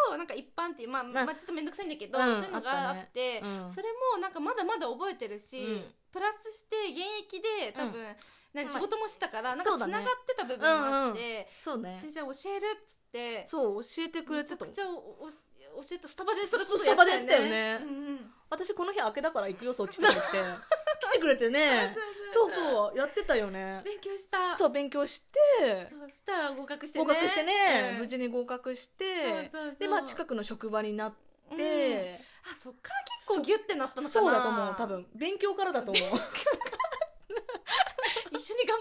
[SPEAKER 1] となんか一般っていうまあ、まあ、ちょっと面倒くさいんだけど、
[SPEAKER 2] うん
[SPEAKER 1] そういうのがあ
[SPEAKER 2] あったね
[SPEAKER 1] って、
[SPEAKER 2] うん
[SPEAKER 1] それもなんかまだまだ覚えてるし、
[SPEAKER 2] うん
[SPEAKER 1] プラスして現役で多分、何
[SPEAKER 2] まあ
[SPEAKER 1] 仕事もしてたからなんか
[SPEAKER 2] そう
[SPEAKER 1] つ
[SPEAKER 2] だ
[SPEAKER 1] な
[SPEAKER 2] ね
[SPEAKER 1] がってた部分があって、
[SPEAKER 2] そうね
[SPEAKER 1] でじゃあ教えるっつって
[SPEAKER 2] そう教えてくれ
[SPEAKER 1] めち
[SPEAKER 2] て
[SPEAKER 1] ゃ
[SPEAKER 2] た
[SPEAKER 1] く
[SPEAKER 2] もん
[SPEAKER 1] ちゃおお教えたスタバでそれこそ
[SPEAKER 2] スタバでやってたよね
[SPEAKER 1] うんうん
[SPEAKER 2] 私この日明けだから行くよそっちとか言って来てくれてねそう
[SPEAKER 1] う
[SPEAKER 2] そうやってたよね
[SPEAKER 1] 勉強した
[SPEAKER 2] そう勉強して
[SPEAKER 1] そうしたら合格してね
[SPEAKER 2] 合格してね
[SPEAKER 1] うん
[SPEAKER 2] 無事に合格し
[SPEAKER 1] そう
[SPEAKER 2] て
[SPEAKER 1] そうそう
[SPEAKER 2] でまあ近くの職場になっ
[SPEAKER 1] うん
[SPEAKER 2] て
[SPEAKER 1] あそっから結構ギュってなったのかな [LAUGHS]
[SPEAKER 2] そうだと思う多分勉強からだと思う
[SPEAKER 1] 頑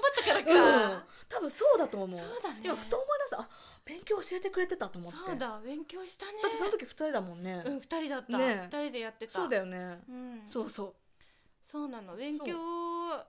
[SPEAKER 1] 張ったから
[SPEAKER 2] う
[SPEAKER 1] か、
[SPEAKER 2] ん、多分そうだと思う
[SPEAKER 1] そうだね
[SPEAKER 2] 今ふと思い出したあ勉強教えてくれてたと思って
[SPEAKER 1] そうだ勉強したね
[SPEAKER 2] だってその時2人だもんね、
[SPEAKER 1] うん二人だった、
[SPEAKER 2] ねえ
[SPEAKER 1] 二人でやってた
[SPEAKER 2] そうだよね、
[SPEAKER 1] うん、
[SPEAKER 2] そうそう
[SPEAKER 1] そうなの勉強を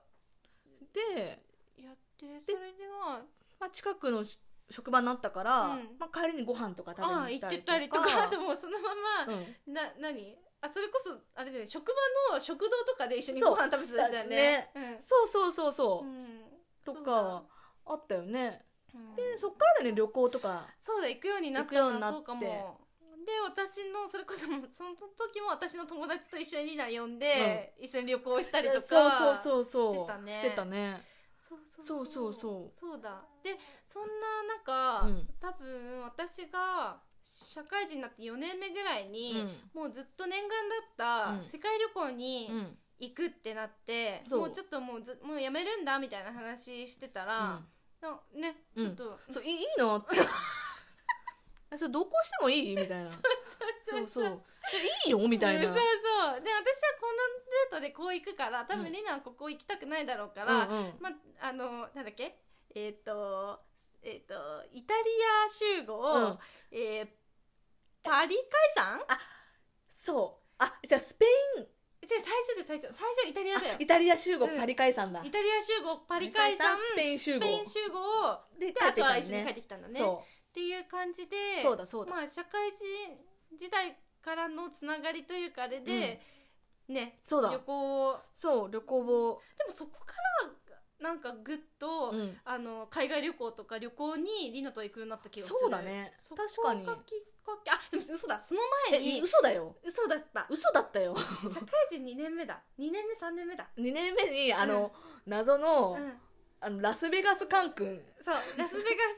[SPEAKER 2] で、
[SPEAKER 1] やってそれでは
[SPEAKER 2] まあ、近くのし職場になったから、
[SPEAKER 1] うん
[SPEAKER 2] まあ、帰りにご飯とか食
[SPEAKER 1] ああ
[SPEAKER 2] べに
[SPEAKER 1] 行
[SPEAKER 2] 行
[SPEAKER 1] っ
[SPEAKER 2] ってた
[SPEAKER 1] た
[SPEAKER 2] り
[SPEAKER 1] り
[SPEAKER 2] と
[SPEAKER 1] と
[SPEAKER 2] か
[SPEAKER 1] かでもそのまま、
[SPEAKER 2] うん
[SPEAKER 1] な何あそれこそあれだよね職場の食堂とかで一緒にご飯食べてたんだよね
[SPEAKER 2] そうそうそうそうう、
[SPEAKER 1] ん、うん
[SPEAKER 2] と
[SPEAKER 1] そう
[SPEAKER 2] か
[SPEAKER 1] だ
[SPEAKER 2] あったよね
[SPEAKER 1] うん
[SPEAKER 2] でそっからだよね旅行とか
[SPEAKER 1] そうだ行くようになった
[SPEAKER 2] 行くようにな
[SPEAKER 1] なそ
[SPEAKER 2] って
[SPEAKER 1] うかもで私のそれこそもうその時も私の友達と一緒にリナ呼んで、一緒に旅行したりとか
[SPEAKER 2] そうそうそうそう
[SPEAKER 1] してたね
[SPEAKER 2] してたね
[SPEAKER 1] そうそう
[SPEAKER 2] そうそう
[SPEAKER 1] そうだでそんな中、
[SPEAKER 2] うん
[SPEAKER 1] 多分私が社会人になって4年目ぐらいに、もうずっと念願だっ
[SPEAKER 2] うん
[SPEAKER 1] た世界旅行に
[SPEAKER 2] うんうん
[SPEAKER 1] 行くってなって、
[SPEAKER 2] そう
[SPEAKER 1] もうちょっともうずもうやめるんだみたいな話してたら、なね
[SPEAKER 2] うん
[SPEAKER 1] ちょっと、
[SPEAKER 2] そういいいなってえそれ同行してもいいみ
[SPEAKER 1] [LAUGHS]
[SPEAKER 2] たいなそうそうえいいよみたいな、
[SPEAKER 1] うんそうそうで私はこんなルートでこう行くから多
[SPEAKER 2] う
[SPEAKER 1] 分
[SPEAKER 2] ん
[SPEAKER 1] リナはここ行きたくないだろうから、
[SPEAKER 2] うんうん
[SPEAKER 1] まあのなんだっけえっ、とえっ、とイタリア集合、
[SPEAKER 2] うん
[SPEAKER 1] えーパリ解散
[SPEAKER 2] そうあじゃあスペイ
[SPEAKER 1] じゃあ最初で最初最初イタリアだよ
[SPEAKER 2] ンイタリア集合
[SPEAKER 1] うん
[SPEAKER 2] パリ解散だ、
[SPEAKER 1] イタリア集合パリ解散
[SPEAKER 2] スペイン集
[SPEAKER 1] ス
[SPEAKER 2] 合
[SPEAKER 1] ペイン集合
[SPEAKER 2] で
[SPEAKER 1] であとは
[SPEAKER 2] ね
[SPEAKER 1] 一緒に帰ってきたんだねっ
[SPEAKER 2] そ
[SPEAKER 1] ていう感じ
[SPEAKER 2] う
[SPEAKER 1] で
[SPEAKER 2] そうだそうだ、
[SPEAKER 1] まあ社会人時代からのつながりというかあれで、ね
[SPEAKER 2] そうだ
[SPEAKER 1] 旅行を
[SPEAKER 2] そう旅行を、
[SPEAKER 1] でもそこからなんかぐっと、
[SPEAKER 2] うん
[SPEAKER 1] あの海外旅行とか旅行にリナと行くようになった気がする
[SPEAKER 2] そうだね
[SPEAKER 1] そこ
[SPEAKER 2] 確かに
[SPEAKER 1] がきっかけあでも嘘だその前
[SPEAKER 2] え
[SPEAKER 1] に
[SPEAKER 2] 嘘だよ
[SPEAKER 1] 嘘だ
[SPEAKER 2] [LAUGHS]
[SPEAKER 1] った
[SPEAKER 2] 嘘だったよ
[SPEAKER 1] 社会人2年目だ2年目3年目だ
[SPEAKER 2] 2年目にあの、謎の,、
[SPEAKER 1] うん
[SPEAKER 2] あのラスベガスカン君
[SPEAKER 1] そうラスベガ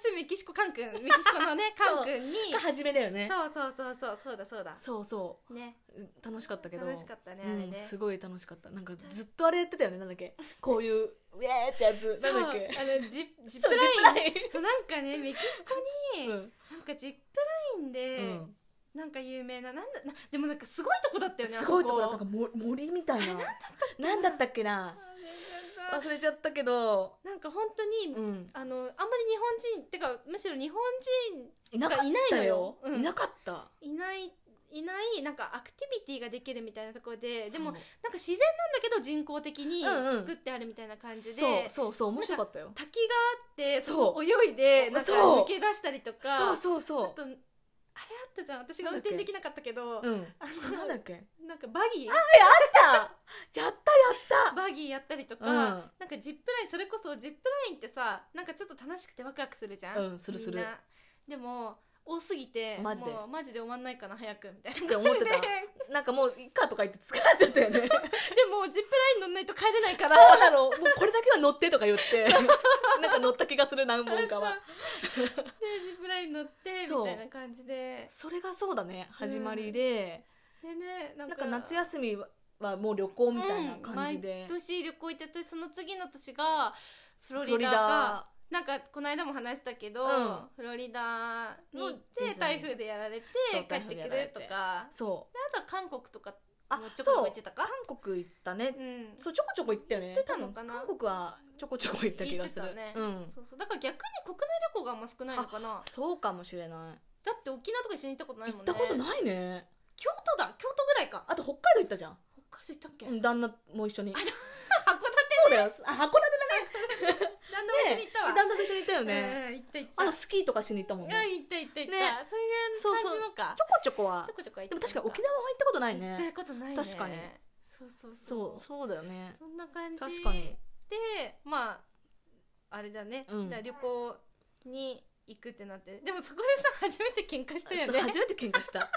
[SPEAKER 1] スメキシコカン君メキシコの
[SPEAKER 2] [LAUGHS]
[SPEAKER 1] ねカン君に
[SPEAKER 2] が初めだよね
[SPEAKER 1] そうそうそうそうそうだそうだ
[SPEAKER 2] そうそ
[SPEAKER 1] ね
[SPEAKER 2] う楽しかったけど
[SPEAKER 1] 楽しかったねあ
[SPEAKER 2] う
[SPEAKER 1] れ
[SPEAKER 2] ん、
[SPEAKER 1] ね
[SPEAKER 2] すごい楽しかったなんかずっとあれやってたよねなんだっけこういうウェーってやつ
[SPEAKER 1] そう
[SPEAKER 2] なんだ
[SPEAKER 1] あ
[SPEAKER 2] っけ
[SPEAKER 1] のジッジップ
[SPEAKER 2] そう
[SPEAKER 1] ライン
[SPEAKER 2] ジップ
[SPEAKER 1] そうなんかねメキシコに、
[SPEAKER 2] ライン
[SPEAKER 1] なんかジップライン
[SPEAKER 2] う
[SPEAKER 1] で、
[SPEAKER 2] んうん
[SPEAKER 1] なんか有名ななんだなでもなんかすごいとこだったよねあ
[SPEAKER 2] す
[SPEAKER 1] そ
[SPEAKER 2] ごいとこだったなんかも森みたいななんだったっけな
[SPEAKER 1] あれがさ
[SPEAKER 2] 忘れちゃったけど
[SPEAKER 1] なんか本当に、
[SPEAKER 2] うん
[SPEAKER 1] あのあんまり日本人ってかむしろ日本人
[SPEAKER 2] いなかった
[SPEAKER 1] いないの
[SPEAKER 2] よ
[SPEAKER 1] よ、うん
[SPEAKER 2] いなかった
[SPEAKER 1] いないいないなんかアクティビティができるみたいなところででも
[SPEAKER 2] そう
[SPEAKER 1] なんか自然なんだけど人工的に
[SPEAKER 2] うんうん
[SPEAKER 1] 作ってあるみたいな感じで、
[SPEAKER 2] そうそうそう面白かったよ
[SPEAKER 1] 滝があって
[SPEAKER 2] そう
[SPEAKER 1] そこ泳いでなんか
[SPEAKER 2] そう
[SPEAKER 1] 抜け出したりとか
[SPEAKER 2] そうそうそ
[SPEAKER 1] あとあれあったじゃん私が運
[SPEAKER 2] なんだっけ
[SPEAKER 1] 転できなかったけど
[SPEAKER 2] ううん
[SPEAKER 1] あ
[SPEAKER 2] なん
[SPEAKER 1] の
[SPEAKER 2] だっけやっ
[SPEAKER 1] [LAUGHS] なんかバギー
[SPEAKER 2] たやっ
[SPEAKER 1] バギーやったりとか、
[SPEAKER 2] うん
[SPEAKER 1] なんかジップラインそれこそジップラインってさなんかちょっと楽しくてワクワクするじゃん、
[SPEAKER 2] うんするする
[SPEAKER 1] みんなでも多すぎて
[SPEAKER 2] マジで
[SPEAKER 1] もうマジで終わんないかな早くみたいな
[SPEAKER 2] て思って
[SPEAKER 1] [LAUGHS] でで
[SPEAKER 2] たなんかもういっかとか言って疲れちゃったよ
[SPEAKER 1] [LAUGHS]
[SPEAKER 2] ね
[SPEAKER 1] もジップライン乗んないと帰れない
[SPEAKER 2] そ
[SPEAKER 1] か
[SPEAKER 2] う
[SPEAKER 1] ら
[SPEAKER 2] なのもうこれだけは乗ってとか言って
[SPEAKER 1] [LAUGHS]
[SPEAKER 2] なんか乗った気がする何本かは
[SPEAKER 1] でジップライン乗って
[SPEAKER 2] そう
[SPEAKER 1] みたいな感じで
[SPEAKER 2] それがそうだね始まりで
[SPEAKER 1] でねなん
[SPEAKER 2] なん
[SPEAKER 1] か
[SPEAKER 2] か夏休みはもう旅行みたいな
[SPEAKER 1] うん
[SPEAKER 2] 感じで
[SPEAKER 1] 毎年旅行行っててその次の年がフロ
[SPEAKER 2] フ
[SPEAKER 1] リダ
[SPEAKER 2] ロリ
[SPEAKER 1] か
[SPEAKER 2] ダ
[SPEAKER 1] なんかこの間も話したけど、
[SPEAKER 2] うん
[SPEAKER 1] フロリダに行っ
[SPEAKER 2] のディズニ
[SPEAKER 1] て
[SPEAKER 2] ー
[SPEAKER 1] 台風でやられて
[SPEAKER 2] そう
[SPEAKER 1] 帰ってくるとか
[SPEAKER 2] そう
[SPEAKER 1] あとは韓国とか
[SPEAKER 2] あ
[SPEAKER 1] もうちょこちょ
[SPEAKER 2] そ
[SPEAKER 1] こ
[SPEAKER 2] う
[SPEAKER 1] 行ってたか
[SPEAKER 2] 韓国行ったね
[SPEAKER 1] うん
[SPEAKER 2] そうちょこちょこ行ったよね
[SPEAKER 1] 行ってたのかな
[SPEAKER 2] 多分韓国はちょこちょこ行った気
[SPEAKER 1] 行
[SPEAKER 2] が
[SPEAKER 1] って
[SPEAKER 2] す
[SPEAKER 1] た
[SPEAKER 2] る
[SPEAKER 1] ね、
[SPEAKER 2] うん
[SPEAKER 1] そうそうだから逆に国内旅行があんま少ないのかな
[SPEAKER 2] そうかもしれない
[SPEAKER 1] だって沖縄とか一緒に行ったことない
[SPEAKER 2] 行
[SPEAKER 1] もん
[SPEAKER 2] っ
[SPEAKER 1] ね
[SPEAKER 2] たことないね
[SPEAKER 1] 京都だ京都ぐらいか
[SPEAKER 2] あと北海道行ったじゃん
[SPEAKER 1] 北海道行ったっけ、
[SPEAKER 2] うん旦那も一緒に
[SPEAKER 1] あ
[SPEAKER 2] そ
[SPEAKER 1] 函館
[SPEAKER 2] うだよあ函館
[SPEAKER 1] 何でも一緒
[SPEAKER 2] だね
[SPEAKER 1] に行ったわ、
[SPEAKER 2] 旦那と一緒に行ったよね
[SPEAKER 1] うん行った行った
[SPEAKER 2] あのスキーとかしに行ったもん
[SPEAKER 1] うん
[SPEAKER 2] ね
[SPEAKER 1] 行った行った行った、
[SPEAKER 2] ね
[SPEAKER 1] そういう感じのか
[SPEAKER 2] ちょこちょこは
[SPEAKER 1] ちょこちょこ行っ
[SPEAKER 2] で
[SPEAKER 1] て
[SPEAKER 2] も確かに沖
[SPEAKER 1] 縄
[SPEAKER 2] 縄は行ったことない
[SPEAKER 1] 行っ
[SPEAKER 2] ね
[SPEAKER 1] たことないね
[SPEAKER 2] 確かに
[SPEAKER 1] そうそう
[SPEAKER 2] そうそうだよね
[SPEAKER 1] そんな感じ
[SPEAKER 2] 確かに
[SPEAKER 1] でまああれだね、
[SPEAKER 2] うん
[SPEAKER 1] だから旅行に行くってなってでもそこでさ初めて喧嘩したよ
[SPEAKER 2] そ
[SPEAKER 1] ね
[SPEAKER 2] う初めて喧嘩した
[SPEAKER 1] 我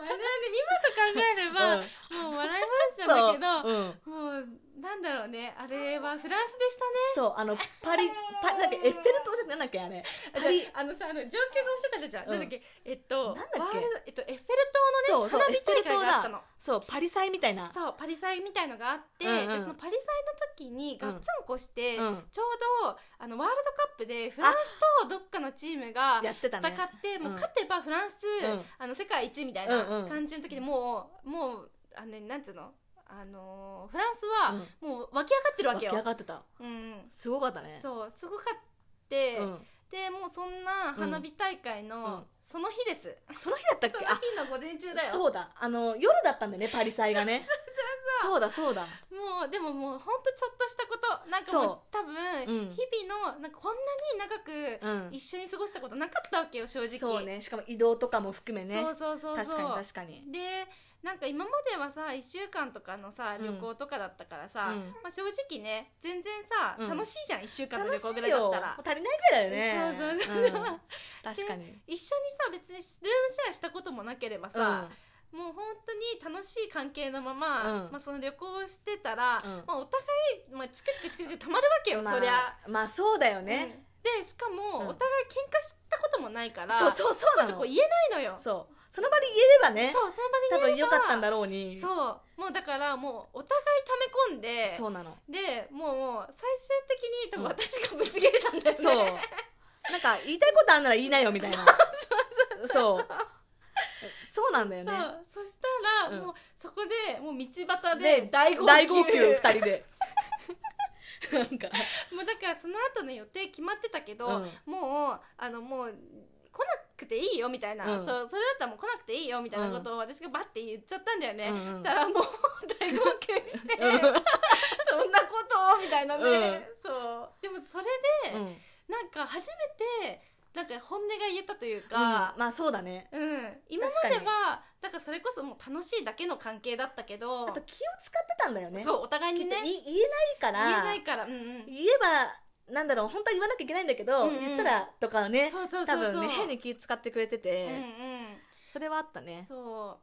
[SPEAKER 1] 々ね今と考えれば、
[SPEAKER 2] うん
[SPEAKER 1] もう笑いましたんだけ
[SPEAKER 2] そううん
[SPEAKER 1] どもうなんだろうねあれはフランスでした
[SPEAKER 2] そう、あの、パリ、パリ、なんかエッフェル塔じゃなんだっけ、あれ。
[SPEAKER 1] ね
[SPEAKER 2] パリ
[SPEAKER 1] じゃああのさあの状況が面白かったじゃん、
[SPEAKER 2] うん
[SPEAKER 1] なんだっけえっと
[SPEAKER 2] なんだっけ
[SPEAKER 1] ワールドえっとエッフェル
[SPEAKER 2] そ
[SPEAKER 1] 塔の
[SPEAKER 2] う
[SPEAKER 1] ね
[SPEAKER 2] そう、
[SPEAKER 1] 花火大
[SPEAKER 2] エッフ
[SPEAKER 1] 会
[SPEAKER 2] ェル塔
[SPEAKER 1] があったの
[SPEAKER 2] だ。そう、パリ祭みたいな。
[SPEAKER 1] そうパリ祭みたいのがあって、
[SPEAKER 2] うんうん
[SPEAKER 1] でそのパリ祭の時にガッチャンコして、
[SPEAKER 2] うん
[SPEAKER 1] ちょうどあのワールドカップでフランスとどっかのチームが
[SPEAKER 2] やってた
[SPEAKER 1] 戦
[SPEAKER 2] ね。
[SPEAKER 1] って、もううん勝てばフランス、
[SPEAKER 2] うん
[SPEAKER 1] あの世界一みたい
[SPEAKER 2] うんう
[SPEAKER 1] なん感じの時でもう、もうあのねなんつうのあのーフランスは
[SPEAKER 2] うん
[SPEAKER 1] もう湧き上がってるわ
[SPEAKER 2] 湧
[SPEAKER 1] け
[SPEAKER 2] き
[SPEAKER 1] よ、
[SPEAKER 2] 上がってた
[SPEAKER 1] うん、
[SPEAKER 2] すごかったね
[SPEAKER 1] そうすごかって、
[SPEAKER 2] うん
[SPEAKER 1] でもうそんな花火大会
[SPEAKER 2] うんう
[SPEAKER 1] の
[SPEAKER 2] ん
[SPEAKER 1] その日です、
[SPEAKER 2] その日だったっ
[SPEAKER 1] [LAUGHS] そ
[SPEAKER 2] け
[SPEAKER 1] の
[SPEAKER 2] あ
[SPEAKER 1] 日の午前中だよ
[SPEAKER 2] そうだあの夜だったんだよねパリ祭
[SPEAKER 1] [LAUGHS]
[SPEAKER 2] がねそうだそうだ
[SPEAKER 1] もうでももうほんとちょっとしたことなんかもう
[SPEAKER 2] そ
[SPEAKER 1] 多分、
[SPEAKER 2] うん
[SPEAKER 1] 日々のなんかこんなに長く
[SPEAKER 2] うん
[SPEAKER 1] 一緒に過ごしたことなかったわけよ正直
[SPEAKER 2] そうねしかも移動とかも含めね
[SPEAKER 1] そうそうそうそう
[SPEAKER 2] 確かに確かに
[SPEAKER 1] でなんか今まではさ1週間とかのさ
[SPEAKER 2] うん
[SPEAKER 1] 旅行とかだったからさ、
[SPEAKER 2] うん
[SPEAKER 1] まあ、正直ね全然さ、
[SPEAKER 2] うん
[SPEAKER 1] 楽しいじゃん1週間の
[SPEAKER 2] 楽
[SPEAKER 1] 旅
[SPEAKER 2] しいよ
[SPEAKER 1] 行ぐらいだったら
[SPEAKER 2] もう足りないぐらいだよね
[SPEAKER 1] そうそうそう
[SPEAKER 2] うん確かに
[SPEAKER 1] [LAUGHS] 一緒にさ別にルームシェアしたこともなければさ、もう本当に楽しい関係のまま、
[SPEAKER 2] うん
[SPEAKER 1] まあ、その旅行をしてたら、
[SPEAKER 2] うん
[SPEAKER 1] まあ、お互い、まあ、チクチクチクチクたまるわけ
[SPEAKER 2] う
[SPEAKER 1] よ、
[SPEAKER 2] んまあ
[SPEAKER 1] そりゃ。
[SPEAKER 2] まあそうだよ
[SPEAKER 1] うん
[SPEAKER 2] ね、
[SPEAKER 1] でしか
[SPEAKER 2] うん
[SPEAKER 1] もお互い喧嘩したこともないから、
[SPEAKER 2] そうそうそうな
[SPEAKER 1] ちょこちょ
[SPEAKER 2] の
[SPEAKER 1] こ言えないのよそう
[SPEAKER 2] そうその場で言えればね
[SPEAKER 1] その場
[SPEAKER 2] 多
[SPEAKER 1] で
[SPEAKER 2] 分
[SPEAKER 1] 言
[SPEAKER 2] 良
[SPEAKER 1] え
[SPEAKER 2] か
[SPEAKER 1] ば
[SPEAKER 2] ったんだろうに
[SPEAKER 1] そうもうだからもうお互い溜め込んで
[SPEAKER 2] そうなの
[SPEAKER 1] でもうもう最終的に多分
[SPEAKER 2] うん
[SPEAKER 1] 私がぶち切れたんだよね、
[SPEAKER 2] そうなんか言いたいことあんなら言いなよみたいなそうそうそうなんだよ
[SPEAKER 1] そ
[SPEAKER 2] ね
[SPEAKER 1] うそしたら、
[SPEAKER 2] うん
[SPEAKER 1] もうそこでもう道端
[SPEAKER 2] で
[SPEAKER 1] で大号泣
[SPEAKER 2] 大号泣2人でなんか
[SPEAKER 1] もうだからその後の予定決まってたけど、
[SPEAKER 2] うん
[SPEAKER 1] もうあのもう来なくていいよみたいな、
[SPEAKER 2] う
[SPEAKER 1] そ
[SPEAKER 2] ん
[SPEAKER 1] うそれだったらもう来なくていいよみたいなことを私がバッて言っちゃったんだよね、
[SPEAKER 2] うんうん
[SPEAKER 1] そしたらもう大号泣して、
[SPEAKER 2] うん
[SPEAKER 1] [LAUGHS] そんなことみたいなね、
[SPEAKER 2] うん
[SPEAKER 1] そうでもそれで、
[SPEAKER 2] うん
[SPEAKER 1] なんか初めてなんか本音が言えたという
[SPEAKER 2] ま
[SPEAKER 1] か、
[SPEAKER 2] あそうだね
[SPEAKER 1] うん今まではだからそれこそもう楽しいだけの関係だったけど
[SPEAKER 2] あと気を使ってたんだよね
[SPEAKER 1] そうお互いに
[SPEAKER 2] きっと
[SPEAKER 1] ね
[SPEAKER 2] い言えないか
[SPEAKER 1] 言え
[SPEAKER 2] ら
[SPEAKER 1] ないから、うんうん、
[SPEAKER 2] 言えばなんだろう本当は言わなきゃいけないんだけど、
[SPEAKER 1] うんうん
[SPEAKER 2] 言ったらとかはね
[SPEAKER 1] そうそうそうそう
[SPEAKER 2] 多分ね変に気使ってくれてて、
[SPEAKER 1] うんうん
[SPEAKER 2] それはあったね
[SPEAKER 1] そ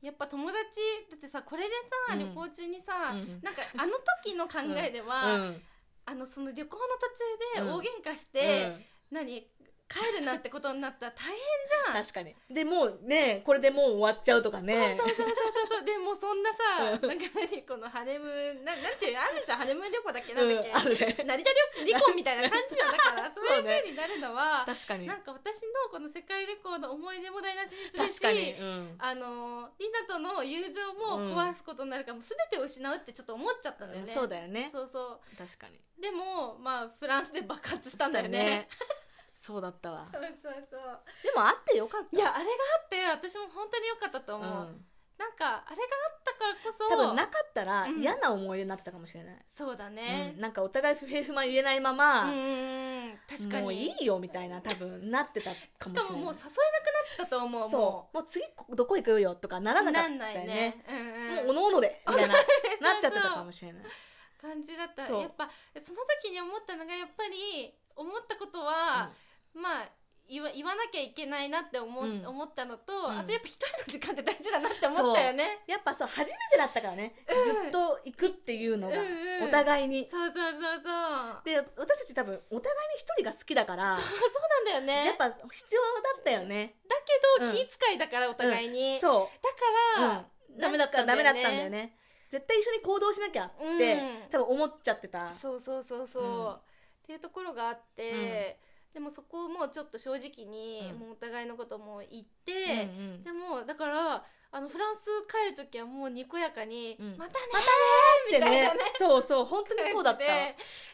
[SPEAKER 1] うやっぱ友達だってさこれでさ、
[SPEAKER 2] うん
[SPEAKER 1] 旅行中にさ、
[SPEAKER 2] うん
[SPEAKER 1] なんかあの時の考えでは、
[SPEAKER 2] うん
[SPEAKER 1] あのその旅行の途中で
[SPEAKER 2] うん
[SPEAKER 1] 大喧嘩して、何帰るなんてことになったら大変
[SPEAKER 2] [LAUGHS] うん
[SPEAKER 1] じゃん
[SPEAKER 2] 確かにでもうねこれでもう終わっちゃうとかね
[SPEAKER 1] そうそうそうそ
[SPEAKER 2] [LAUGHS]
[SPEAKER 1] うそうでもうそんなさ、
[SPEAKER 2] う
[SPEAKER 1] なんか何このハネムーンななんてあるじゃんハネムーン旅行だっけ
[SPEAKER 2] う
[SPEAKER 1] なんだっけ、
[SPEAKER 2] んあるね
[SPEAKER 1] 成田旅離婚みたいな感じよだから
[SPEAKER 2] [LAUGHS] そ
[SPEAKER 1] そうう
[SPEAKER 2] ね
[SPEAKER 1] いう風になるのは、
[SPEAKER 2] 確かに
[SPEAKER 1] なんか私のこの世界旅行の思い出も台無しにする
[SPEAKER 2] 確かに、
[SPEAKER 1] し
[SPEAKER 2] うん、
[SPEAKER 1] あのリナとの友情も壊すことになるから、もう全てを失うってちょっと思っちゃったんだよね、
[SPEAKER 2] そうだよね
[SPEAKER 1] そうそ
[SPEAKER 2] 確かに
[SPEAKER 1] うでもまあフランスで爆発したんだよね
[SPEAKER 2] そうだったわ
[SPEAKER 1] そうそうそう
[SPEAKER 2] でもあってよかった
[SPEAKER 1] いやあれがあって私も本当に良かったと
[SPEAKER 2] う
[SPEAKER 1] 思う、
[SPEAKER 2] ん、
[SPEAKER 1] なんかあれがあったからこそ
[SPEAKER 2] 多分なかったら
[SPEAKER 1] うん
[SPEAKER 2] 嫌な思い出になってたかもしれない、
[SPEAKER 1] そうだ
[SPEAKER 2] う
[SPEAKER 1] ね
[SPEAKER 2] ん、なんかお互い不平不満言えないま
[SPEAKER 1] うん
[SPEAKER 2] ま、
[SPEAKER 1] うんうん確かに
[SPEAKER 2] もういいよみたいな多分なってたか
[SPEAKER 1] し
[SPEAKER 2] もしれ
[SPEAKER 1] か
[SPEAKER 2] ない
[SPEAKER 1] ももう誘えなくなったと思う
[SPEAKER 2] そう
[SPEAKER 1] も
[SPEAKER 2] もう次どこ行くよとかなら
[SPEAKER 1] う
[SPEAKER 2] なかっ
[SPEAKER 1] ん
[SPEAKER 2] た
[SPEAKER 1] ない
[SPEAKER 2] よ
[SPEAKER 1] ね
[SPEAKER 2] ね
[SPEAKER 1] うん
[SPEAKER 2] も
[SPEAKER 1] う
[SPEAKER 2] うんおのおのでみた
[SPEAKER 1] [LAUGHS]
[SPEAKER 2] いななっちゃってたかもしれない
[SPEAKER 1] 感じだった
[SPEAKER 2] そう
[SPEAKER 1] やっぱその時に思ったのがやっぱり思ったことは、まあ言わ言わなきゃいけないなって思,、
[SPEAKER 2] うん
[SPEAKER 1] 思ったのと、
[SPEAKER 2] ん
[SPEAKER 1] あとやっぱ一人の時間って大事だなって思ったよね
[SPEAKER 2] やっぱそう初めてだったからね、
[SPEAKER 1] うん
[SPEAKER 2] ずっと行くっていうの
[SPEAKER 1] う
[SPEAKER 2] が
[SPEAKER 1] んうん
[SPEAKER 2] お互いに、
[SPEAKER 1] そうそうそうそう
[SPEAKER 2] で私たち多分お互いに一人が好きだから
[SPEAKER 1] そうなんだよね
[SPEAKER 2] やっぱ必要だったよね
[SPEAKER 1] だけど
[SPEAKER 2] うん
[SPEAKER 1] 気遣いだからお互いに、だ
[SPEAKER 2] そう
[SPEAKER 1] から、
[SPEAKER 2] うん
[SPEAKER 1] ダメだったんだよね
[SPEAKER 2] なんかダメだったんだよね絶対一緒に行動しなきゃって、
[SPEAKER 1] うん
[SPEAKER 2] 多分思っちゃってた
[SPEAKER 1] そうそうそうそう、
[SPEAKER 2] うん
[SPEAKER 1] っていうところがあって、でもそこをもうちょっと正直に、
[SPEAKER 2] うん
[SPEAKER 1] もうお互いのことも言っ
[SPEAKER 2] うんう
[SPEAKER 1] て、
[SPEAKER 2] ん
[SPEAKER 1] でもだからあのフランス帰る時はもうにこやかに「
[SPEAKER 2] うん
[SPEAKER 1] またね
[SPEAKER 2] って
[SPEAKER 1] みたい
[SPEAKER 2] ね
[SPEAKER 1] なね
[SPEAKER 2] そうそう本当にそうだった
[SPEAKER 1] 感じ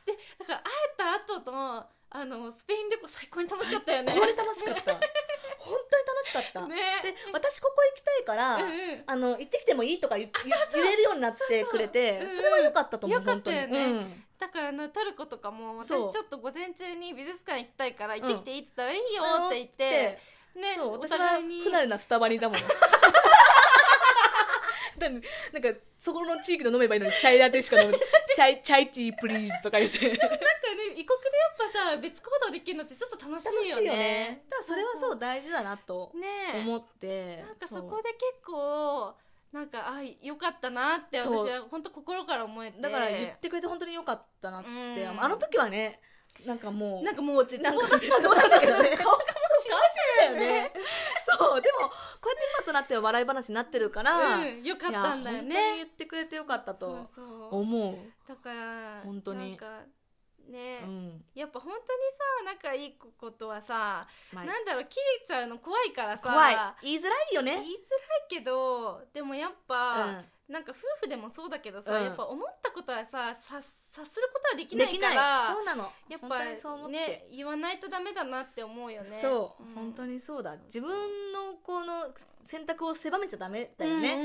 [SPEAKER 1] ででだから会えた後のあのスペイン旅行最高に楽しかったよね
[SPEAKER 2] これ楽しかった本当に楽しかった、
[SPEAKER 1] ね
[SPEAKER 2] で私ここ行きたいから、
[SPEAKER 1] うん
[SPEAKER 2] あの行ってきてもいいとか言
[SPEAKER 1] そう
[SPEAKER 2] 言えるようになってくれて
[SPEAKER 1] そう
[SPEAKER 2] そ
[SPEAKER 1] そう
[SPEAKER 2] れは良かったと思う、
[SPEAKER 1] うん
[SPEAKER 2] 本当に、
[SPEAKER 1] 良かったよね
[SPEAKER 2] うん
[SPEAKER 1] だからなトルコとかも私ち
[SPEAKER 2] そ
[SPEAKER 1] ょ
[SPEAKER 2] う
[SPEAKER 1] っと午前中に美術館行きたいから
[SPEAKER 2] ん
[SPEAKER 1] 行ってきていいって言ったらいいよって言って、ね
[SPEAKER 2] そう
[SPEAKER 1] お
[SPEAKER 2] 私は
[SPEAKER 1] 互いに
[SPEAKER 2] 不慣れなスタバにいたもんだなんかそこの地域で飲めばいいのにチャイラテしか
[SPEAKER 1] [LAUGHS]
[SPEAKER 2] 飲めチャイチャイティープリーズとか言って
[SPEAKER 1] なんかね異国でやっぱさ別行動できるのってちょっと楽しいよね
[SPEAKER 2] ただそれはそう
[SPEAKER 1] う
[SPEAKER 2] 大事だなと
[SPEAKER 1] そうねえ
[SPEAKER 2] 思って
[SPEAKER 1] なんか
[SPEAKER 2] そう
[SPEAKER 1] そこで結構なんかあよかったなって私
[SPEAKER 2] そう
[SPEAKER 1] は本当心から思えて
[SPEAKER 2] だから言ってくれて本当に良かったなって、
[SPEAKER 1] うん
[SPEAKER 2] あの時はねなんかもう
[SPEAKER 1] なんかもう絶
[SPEAKER 2] なん
[SPEAKER 1] 望
[SPEAKER 2] か絶望なんだけど [LAUGHS] ね顔がもうしましだよねそうでもこうやって今となっては笑い話になってるから、
[SPEAKER 1] うん、よかったんだよ
[SPEAKER 2] いや本当に
[SPEAKER 1] ね
[SPEAKER 2] 言ってくれてよかった
[SPEAKER 1] そ
[SPEAKER 2] と
[SPEAKER 1] うそう
[SPEAKER 2] 思う
[SPEAKER 1] だから
[SPEAKER 2] 本当に
[SPEAKER 1] なんかね、
[SPEAKER 2] うん
[SPEAKER 1] やっぱ本当にさ仲いい子とはさ、
[SPEAKER 2] まあ
[SPEAKER 1] なんだろう切れちゃうの怖いからさ
[SPEAKER 2] 怖い言いづらい
[SPEAKER 1] 言
[SPEAKER 2] よ
[SPEAKER 1] い
[SPEAKER 2] ね
[SPEAKER 1] づらいけどでもやっぱ、
[SPEAKER 2] うん
[SPEAKER 1] なんか夫婦でもそうだけどさ、
[SPEAKER 2] うん
[SPEAKER 1] やっぱ思ったことはさ察察することはできないから
[SPEAKER 2] そうなの
[SPEAKER 1] やっ
[SPEAKER 2] 本当にそう思
[SPEAKER 1] ぱ
[SPEAKER 2] って、
[SPEAKER 1] ね言わないとダメだなって思うよね
[SPEAKER 2] そう、
[SPEAKER 1] ん
[SPEAKER 2] 本当にそうだ
[SPEAKER 1] そう
[SPEAKER 2] 自分のこの選択を狭めちゃダメだよ
[SPEAKER 1] うん
[SPEAKER 2] ね、
[SPEAKER 1] うん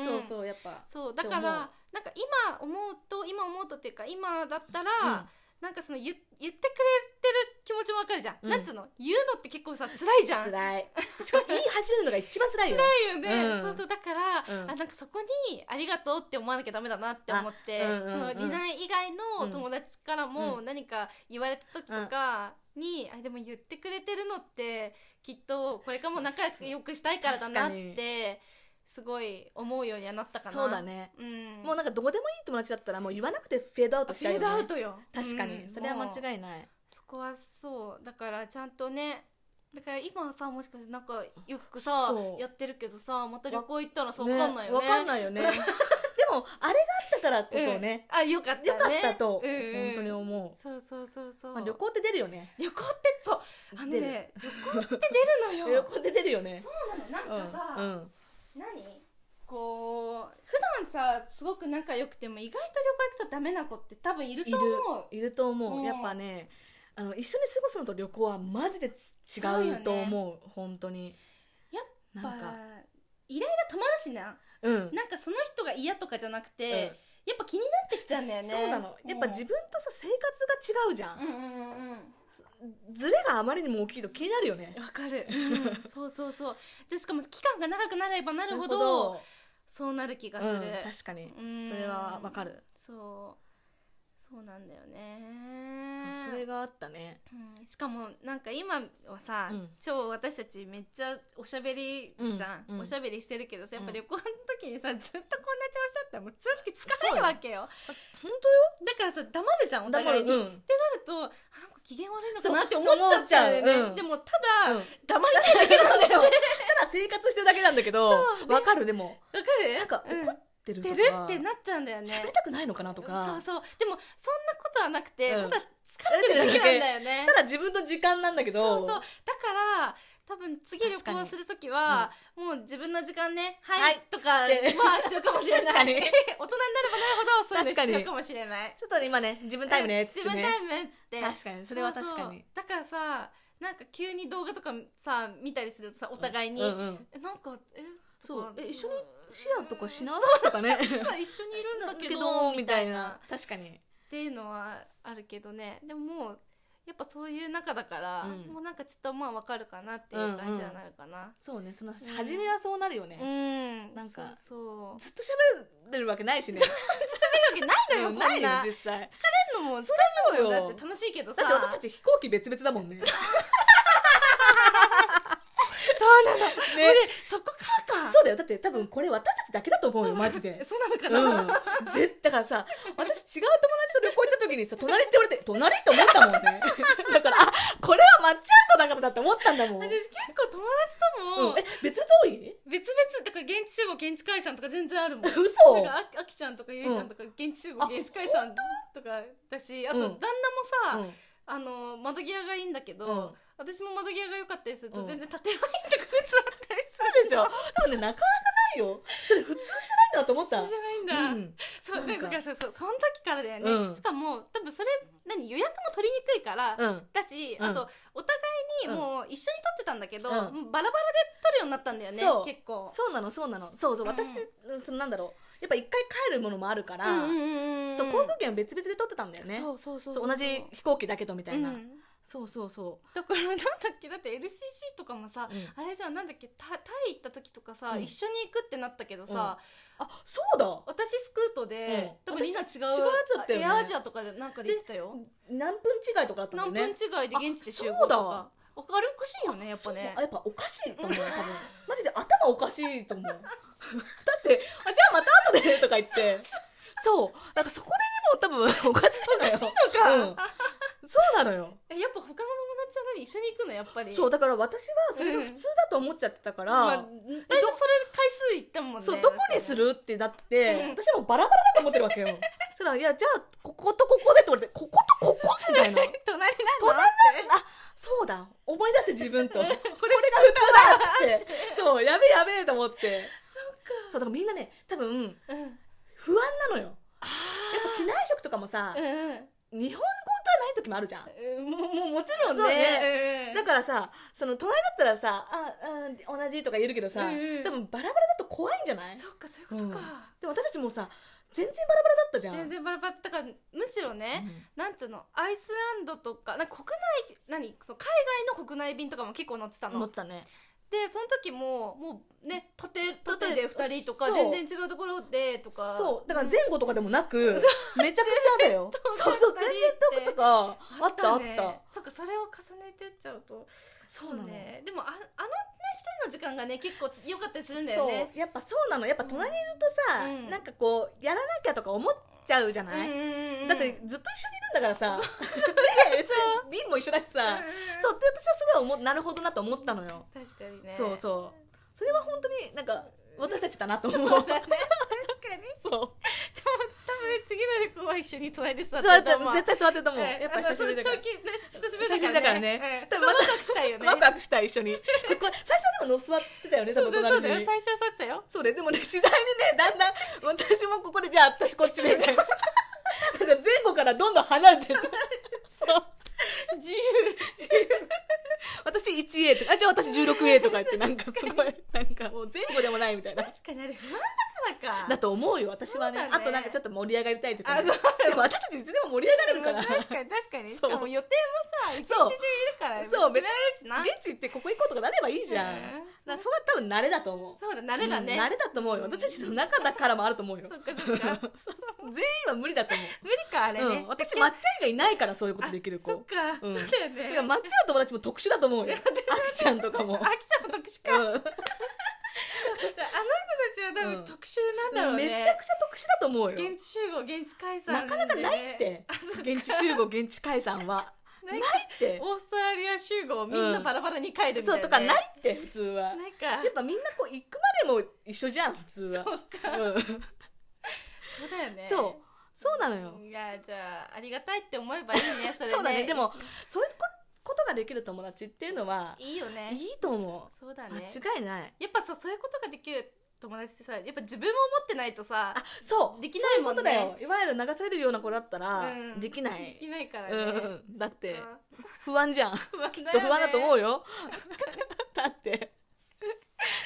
[SPEAKER 1] うん
[SPEAKER 2] そうそうやっぱ
[SPEAKER 1] そうだか
[SPEAKER 2] って
[SPEAKER 1] ら
[SPEAKER 2] 思う
[SPEAKER 1] なんか今思うと今思うとっていうか今だったら、
[SPEAKER 2] うん
[SPEAKER 1] なんかその言言ってくれてる気持ちもわかるじゃん、
[SPEAKER 2] うん
[SPEAKER 1] なんつうの言うのって結構さ辛いじゃん
[SPEAKER 2] 辛いしかも言い始めるのが一番辛いよ
[SPEAKER 1] よね、
[SPEAKER 2] うん
[SPEAKER 1] そうそうだから、
[SPEAKER 2] うん
[SPEAKER 1] あなんかそこにありがとうって思わなきゃダメだなって思って、
[SPEAKER 2] あうんうんうん
[SPEAKER 1] そのリナ以外の友達からも
[SPEAKER 2] う
[SPEAKER 1] 何か言われた時とかに、あでも言ってくれてるのってきっとこれからも仲良くしたいからだなっ
[SPEAKER 2] 確か
[SPEAKER 1] てすごい思うようにはなったかな
[SPEAKER 2] そうだね、
[SPEAKER 1] うん、
[SPEAKER 2] もうなんかどこでもいい友達だったらもう言わなくてフェードアウトし
[SPEAKER 1] フ
[SPEAKER 2] ちゃう
[SPEAKER 1] ェ
[SPEAKER 2] よ、
[SPEAKER 1] ー
[SPEAKER 2] ね、
[SPEAKER 1] ドアウトよ
[SPEAKER 2] 確かに、
[SPEAKER 1] うん
[SPEAKER 2] それは
[SPEAKER 1] もう
[SPEAKER 2] 間違いない
[SPEAKER 1] そこはそうだからちゃんとねだから今はさもしかしてなんかよくさ
[SPEAKER 2] そう
[SPEAKER 1] やってるけどさまた旅行行ったらさ分
[SPEAKER 2] ね
[SPEAKER 1] かんないよね
[SPEAKER 2] わかんないよね [LAUGHS] でもあれがあったからこそね、
[SPEAKER 1] うんあよかったね
[SPEAKER 2] よかったと、
[SPEAKER 1] うんうん
[SPEAKER 2] 本当に思
[SPEAKER 1] そうそうそうそう
[SPEAKER 2] う、まあ、旅行って出るよね
[SPEAKER 1] 旅行ってそうあの
[SPEAKER 2] 出る
[SPEAKER 1] ね旅行って出るの
[SPEAKER 2] [LAUGHS] 旅
[SPEAKER 1] よ
[SPEAKER 2] 行って出るよね
[SPEAKER 1] そうなのなんかさ、
[SPEAKER 2] うんうん
[SPEAKER 1] 何こう普段さすごく仲良くても意外と旅行行くとダメな子って多分いると思う
[SPEAKER 2] いると思う、
[SPEAKER 1] うん
[SPEAKER 2] やっぱねあの一緒に過ごすのと旅行はマジでつ違
[SPEAKER 1] そうよ
[SPEAKER 2] う
[SPEAKER 1] ね
[SPEAKER 2] と思う本当に
[SPEAKER 1] やっ
[SPEAKER 2] ぱ
[SPEAKER 1] や
[SPEAKER 2] な
[SPEAKER 1] っ
[SPEAKER 2] ん
[SPEAKER 1] ぱ
[SPEAKER 2] か
[SPEAKER 1] イライラたまるしな
[SPEAKER 2] うん、
[SPEAKER 1] なんかその人が嫌とかじゃなく
[SPEAKER 2] うん
[SPEAKER 1] て、やっぱ気になってきちゃうんだよね
[SPEAKER 2] そうなのやっぱ自分とさ生活が違うじゃ、
[SPEAKER 1] うんんうんうんうん
[SPEAKER 2] ズレがあまりにも大きいと気になるよね
[SPEAKER 1] わかる、うんそうそうそうでしかも期間が長くなればなるほどそうなる気がする、
[SPEAKER 2] うん、確かに
[SPEAKER 1] うん
[SPEAKER 2] それはわかる
[SPEAKER 1] そうそうなんだよ
[SPEAKER 2] そう
[SPEAKER 1] ね
[SPEAKER 2] それがあったね
[SPEAKER 1] うんしかもなんか今はさ、
[SPEAKER 2] うん
[SPEAKER 1] 超私たちめっちゃおしゃべりじゃん、
[SPEAKER 2] うんうん
[SPEAKER 1] おしゃべりしてるけどさやっぱ
[SPEAKER 2] うん
[SPEAKER 1] 旅行の時にさずっとこんな調子だったらもう正直疲れるわけよ
[SPEAKER 2] 本
[SPEAKER 1] だからさ黙るじゃんお
[SPEAKER 2] 当だから
[SPEAKER 1] 互
[SPEAKER 2] う
[SPEAKER 1] い
[SPEAKER 2] ん
[SPEAKER 1] に、ってなるとあなんか機嫌悪いのかなって思っちゃうよね
[SPEAKER 2] そう思っちゃううん
[SPEAKER 1] でもただ、
[SPEAKER 2] うん
[SPEAKER 1] 黙りたいだけなんだよね
[SPEAKER 2] [LAUGHS] ただ生活してるだけなんだけどわ
[SPEAKER 1] そう、ね
[SPEAKER 2] かるでも
[SPEAKER 1] わかる
[SPEAKER 2] なんか
[SPEAKER 1] うん
[SPEAKER 2] 怒ってると
[SPEAKER 1] 出
[SPEAKER 2] か、
[SPEAKER 1] るってなっちゃうんだよね
[SPEAKER 2] 喋りたくないのかなとか
[SPEAKER 1] そうそうでもそんなことはなくて、
[SPEAKER 2] うん
[SPEAKER 1] ただ疲れてるだけなんだよね
[SPEAKER 2] ただ自分の時間なんだけど
[SPEAKER 1] そうそうだから多分次旅行するときは、もう自分の時間ね「はい」
[SPEAKER 2] はい
[SPEAKER 1] とか
[SPEAKER 2] [LAUGHS]
[SPEAKER 1] は
[SPEAKER 2] つって
[SPEAKER 1] 必要かもしれない
[SPEAKER 2] 確かに
[SPEAKER 1] 大人になればなるほどそういうの
[SPEAKER 2] 確かに
[SPEAKER 1] 必要かもしれない
[SPEAKER 2] [LAUGHS] ちょっと今ね自分タイムねっつって
[SPEAKER 1] 自分タ
[SPEAKER 2] ね
[SPEAKER 1] イムねっつって
[SPEAKER 2] 確かにそれは確か
[SPEAKER 1] そうそ
[SPEAKER 2] に
[SPEAKER 1] うだからさなんか急に動画とかさ見たりするとさお互いに、
[SPEAKER 2] うんうん
[SPEAKER 1] えなんかえ
[SPEAKER 2] そうえ一緒にシ
[SPEAKER 1] ア
[SPEAKER 2] ェアとかしなとかね
[SPEAKER 1] 一緒にいるんだけどみ
[SPEAKER 2] み
[SPEAKER 1] た
[SPEAKER 2] た
[SPEAKER 1] い
[SPEAKER 2] い
[SPEAKER 1] な
[SPEAKER 2] な確かに
[SPEAKER 1] っていうのはあるけどねでももうやっぱそういう仲だから、
[SPEAKER 2] うん
[SPEAKER 1] もうなんかちょっとまあわかるかなっていう感じはなるかな
[SPEAKER 2] そうねその
[SPEAKER 1] ん
[SPEAKER 2] 初めはそうなるよ
[SPEAKER 1] うん、
[SPEAKER 2] ね
[SPEAKER 1] な
[SPEAKER 2] なんん
[SPEAKER 1] か
[SPEAKER 2] か
[SPEAKER 1] そうそう
[SPEAKER 2] ずっと喋れるわけないし [LAUGHS] ね
[SPEAKER 1] 喋るわけないのよ、
[SPEAKER 2] うん
[SPEAKER 1] こんな
[SPEAKER 2] ないよ
[SPEAKER 1] 喋る
[SPEAKER 2] 実際
[SPEAKER 1] のも
[SPEAKER 2] そりゃそう
[SPEAKER 1] だ
[SPEAKER 2] よ
[SPEAKER 1] って楽しいけどさ
[SPEAKER 2] だって私たち飛行機別々だもんね
[SPEAKER 1] そうなの、ね、
[SPEAKER 2] ね
[SPEAKER 1] そこからか
[SPEAKER 2] そうだよだって多分これ私たちだけだと思うよマジで
[SPEAKER 1] えそうなのか
[SPEAKER 2] うん
[SPEAKER 1] な、
[SPEAKER 2] ぜだからさ私違う友達と旅行行った時にさ隣って言われて隣って思ったもんね [LAUGHS] だからあこれはマッチアントだからだって思ったんだもん、うん、え
[SPEAKER 1] 私結構友達とも、
[SPEAKER 2] 別々多 [LAUGHS] い
[SPEAKER 1] 別々だから現地集合現地解散とか全然あるもん
[SPEAKER 2] [LAUGHS] 嘘
[SPEAKER 1] なんかああきちゃんとかゆいちゃんとか現地集合
[SPEAKER 2] あ
[SPEAKER 1] 現地解散とかだしあと
[SPEAKER 2] うん
[SPEAKER 1] 旦那もさ、
[SPEAKER 2] うん
[SPEAKER 1] あの窓際がいいんだけど、
[SPEAKER 2] うん
[SPEAKER 1] 私も窓際が良かったりすると
[SPEAKER 2] うん
[SPEAKER 1] 全然立てないとこに座ったりす
[SPEAKER 2] でしょ多分ねなかなかないよそれ普通じゃないんだと思った
[SPEAKER 1] るじゃないんだ、
[SPEAKER 2] うん
[SPEAKER 1] そう
[SPEAKER 2] なん
[SPEAKER 1] だ
[SPEAKER 2] か
[SPEAKER 1] からそうそうその時からだよね、
[SPEAKER 2] うん
[SPEAKER 1] しかも多分それ何予約も取りにくいから、
[SPEAKER 2] うん
[SPEAKER 1] だし、
[SPEAKER 2] うん
[SPEAKER 1] あとお互いにもう一緒に取ってたんだけど、
[SPEAKER 2] うん
[SPEAKER 1] もうバラバラで取るようになったんだよね
[SPEAKER 2] そう
[SPEAKER 1] 結構
[SPEAKER 2] そうなのそうなのそうそう
[SPEAKER 1] うん
[SPEAKER 2] 私、そのなんだろうやっぱ一回帰るものもあるから、
[SPEAKER 1] うんうんうんうん
[SPEAKER 2] そう航空券は別々で取ってたんだよね
[SPEAKER 1] そうそうそう
[SPEAKER 2] そう同じ飛行機だけどみたいな、
[SPEAKER 1] うん
[SPEAKER 2] そうそうそ
[SPEAKER 1] だからなんだっけだって LCC とかもさ、
[SPEAKER 2] う、うん
[SPEAKER 1] あれじゃんなんだっけタタイ行った時とかさ、
[SPEAKER 2] うん
[SPEAKER 1] 一緒に行くってなったけどさ、
[SPEAKER 2] あそうだ
[SPEAKER 1] 私スクートで、
[SPEAKER 2] うん
[SPEAKER 1] 多分リナ違う
[SPEAKER 2] 違うやつだったよ
[SPEAKER 1] エ
[SPEAKER 2] ね
[SPEAKER 1] アアジアとかでなんかで行ってたよ、
[SPEAKER 2] 何分違いとかだった
[SPEAKER 1] 何
[SPEAKER 2] んだよ
[SPEAKER 1] 分違
[SPEAKER 2] ね
[SPEAKER 1] いで現地で集合
[SPEAKER 2] あそ
[SPEAKER 1] と
[SPEAKER 2] うだ
[SPEAKER 1] かああれおかしいよねやっぱね
[SPEAKER 2] そうあやっぱおかしいと思う多分マジで頭おかしいと思うだってあじゃあまた後でとか言ってそうなんかそこでにも多分おかしいのよ
[SPEAKER 1] そうか、
[SPEAKER 2] うん、そうなのよ
[SPEAKER 1] えやっぱ他の友達は何一緒に行くのやっぱり
[SPEAKER 2] そう
[SPEAKER 1] だ
[SPEAKER 2] だから私はそれが普通だと思っちゃってたから、
[SPEAKER 1] まあ、だいぶそれ回数行ったもんね
[SPEAKER 2] そうどこにするってなって、
[SPEAKER 1] うん
[SPEAKER 2] 私はもうバラバラだと思ってるわけよそしたら「いやじゃあこことここで」って言われて「こことここ」みたい
[SPEAKER 1] 隣
[SPEAKER 2] な
[SPEAKER 1] なんだ
[SPEAKER 2] 隣なんだあそうだ思い出せ自分とこれが
[SPEAKER 1] これ
[SPEAKER 2] 普通だってそうやべえやべえと思って
[SPEAKER 1] そっか
[SPEAKER 2] そうだからみんなね多分
[SPEAKER 1] うん
[SPEAKER 2] 不安なのよ
[SPEAKER 1] あ
[SPEAKER 2] やっぱ機内食とかもさ
[SPEAKER 1] あう、んうん
[SPEAKER 2] 日本語じゃない時もあるじゃん
[SPEAKER 1] うんもももちろん
[SPEAKER 2] そう
[SPEAKER 1] ね
[SPEAKER 2] だ
[SPEAKER 1] か
[SPEAKER 2] からさその隣だったらさあ、うん、同じとか言えるけどさ、
[SPEAKER 1] うんうん
[SPEAKER 2] 多分バラバラだと怖いんじゃない
[SPEAKER 1] そっかそういうことか、
[SPEAKER 2] でも私たちもさ全然バラバラだったじゃん
[SPEAKER 1] 全然バラバラだからむしろね、なんつうのアイスランドとかなんか国内何そう海外の国内便とかも結構乗ってた
[SPEAKER 2] うん
[SPEAKER 1] の
[SPEAKER 2] 思っ
[SPEAKER 1] で
[SPEAKER 2] てたね
[SPEAKER 1] その時ももうね縦縦で
[SPEAKER 2] 縦
[SPEAKER 1] 2人とか
[SPEAKER 2] そう
[SPEAKER 1] 全然違うところでとか
[SPEAKER 2] そうだから前後とかでもなく、めちゃくちゃ
[SPEAKER 1] [LAUGHS]
[SPEAKER 2] だよそうそう全然
[SPEAKER 1] 遠
[SPEAKER 2] とかあったあっ
[SPEAKER 1] ね
[SPEAKER 2] た
[SPEAKER 1] そっかそれを重ねてっちゃうと
[SPEAKER 2] そうなの
[SPEAKER 1] ねでもああのね一人の時間がね結構良かったりするんだよね
[SPEAKER 2] そうやっぱそうなのやっぱ隣にいるとさ、
[SPEAKER 1] うん
[SPEAKER 2] なんかこうやらなきゃとか思っちゃうじゃない、
[SPEAKER 1] い
[SPEAKER 2] だってずっと一緒にいるんだから [LAUGHS] さ、ねえ別に瓶も一緒だしさ、そうって私はすごい思なるほどなと思ったのよ、
[SPEAKER 1] 確かにね
[SPEAKER 2] そう
[SPEAKER 1] [LAUGHS]
[SPEAKER 2] そうそれは本当になんか私たちだなと思う
[SPEAKER 1] そうだね確かに
[SPEAKER 2] [LAUGHS] そう
[SPEAKER 1] 多分次の旅行は一緒に隣で座って
[SPEAKER 2] 座れ
[SPEAKER 1] る
[SPEAKER 2] て
[SPEAKER 1] と
[SPEAKER 2] る
[SPEAKER 1] 思う
[SPEAKER 2] 絶対座ってると思う、
[SPEAKER 1] え
[SPEAKER 2] やっぱ久しぶりだから
[SPEAKER 1] あのそれ長期ね久しぶりだからね
[SPEAKER 2] 久しぶりだからね
[SPEAKER 1] うんそれワクワクしたいよね
[SPEAKER 2] ワクワクした一緒にこれ最初はでも座ってたよね多
[SPEAKER 1] そう
[SPEAKER 2] 分
[SPEAKER 1] そう
[SPEAKER 2] 隣
[SPEAKER 1] そう
[SPEAKER 2] に
[SPEAKER 1] だよ最初はそうだよ
[SPEAKER 2] そうで、でもね、次第にね、だんだん、私もここで、じゃあ、私こっちで、みたいな。なんか前後からどんどん離れてった。そう。自由、自由。私 1A とか、あ、じゃあ私 16A とか言って、なんかすごい、なんかもう前後でもないみたいな。
[SPEAKER 1] 確かにあれ不安だからか
[SPEAKER 2] だと思うよ、私はね。
[SPEAKER 1] そうだね
[SPEAKER 2] あとなんかちょっと盛り上がりたいとか、
[SPEAKER 1] あ
[SPEAKER 2] ね。
[SPEAKER 1] そう
[SPEAKER 2] でも私たちいつでも盛り上がれるから。
[SPEAKER 1] [LAUGHS] 確かに確かにし
[SPEAKER 2] そう
[SPEAKER 1] かも予定もさ一日
[SPEAKER 2] そう
[SPEAKER 1] 中いるから
[SPEAKER 2] そう
[SPEAKER 1] 決められるしな
[SPEAKER 2] 現地行ってここ行こうとかなればいいじゃん。
[SPEAKER 1] うん
[SPEAKER 2] だからそれは多分慣れだと思う。
[SPEAKER 1] そうだ慣れだね、
[SPEAKER 2] うん慣れだと思うよ。私たちの中だからもあると思うよ。
[SPEAKER 1] そっかそっ
[SPEAKER 2] [LAUGHS]
[SPEAKER 1] か
[SPEAKER 2] 全員は無理だと思う。
[SPEAKER 1] 無理かあれね、
[SPEAKER 2] うん、私まっちゃんがいないからそういうことできる子
[SPEAKER 1] そっか、
[SPEAKER 2] うん
[SPEAKER 1] そうだよね
[SPEAKER 2] だからまっちゃんの友達も特殊だと思うよあきちゃんとかも、
[SPEAKER 1] あきちゃんも特殊か、あの人たちは多
[SPEAKER 2] うん
[SPEAKER 1] 分特殊なんだろ
[SPEAKER 2] うん
[SPEAKER 1] うね、
[SPEAKER 2] めちゃくちゃ特殊だと思うよ
[SPEAKER 1] 現地集合現地解散
[SPEAKER 2] なかなかないっ
[SPEAKER 1] でね
[SPEAKER 2] て現地集合現地解散は
[SPEAKER 1] な
[SPEAKER 2] ないいって
[SPEAKER 1] オーストラリア集合みんなバラバラに帰るみた
[SPEAKER 2] そ
[SPEAKER 1] いうな
[SPEAKER 2] と
[SPEAKER 1] ね、
[SPEAKER 2] かないって普通はや
[SPEAKER 1] なんか
[SPEAKER 2] っぱみんなこう行くまでも一緒じゃん普通は
[SPEAKER 1] そうか
[SPEAKER 2] うん
[SPEAKER 1] そうだよね
[SPEAKER 2] そうそうなのよ
[SPEAKER 1] いやじゃあありがたいって思えばいいねそれね
[SPEAKER 2] [LAUGHS] そうだねでもそういうこことができる友達っていうのはい
[SPEAKER 1] いよね
[SPEAKER 2] いいと思
[SPEAKER 1] そうだ
[SPEAKER 2] う
[SPEAKER 1] ね
[SPEAKER 2] 間違いない
[SPEAKER 1] やっぱさそういうことができる友達ってさやっぱ自分も持ってないとさ
[SPEAKER 2] あそう
[SPEAKER 1] できないもんね
[SPEAKER 2] そううことだよいわゆる流されるような子だったら
[SPEAKER 1] うん
[SPEAKER 2] できない
[SPEAKER 1] できないからね、
[SPEAKER 2] うん、だって
[SPEAKER 1] あ
[SPEAKER 2] 不安じゃん、
[SPEAKER 1] 不安だよね
[SPEAKER 2] 不安だと思うよだって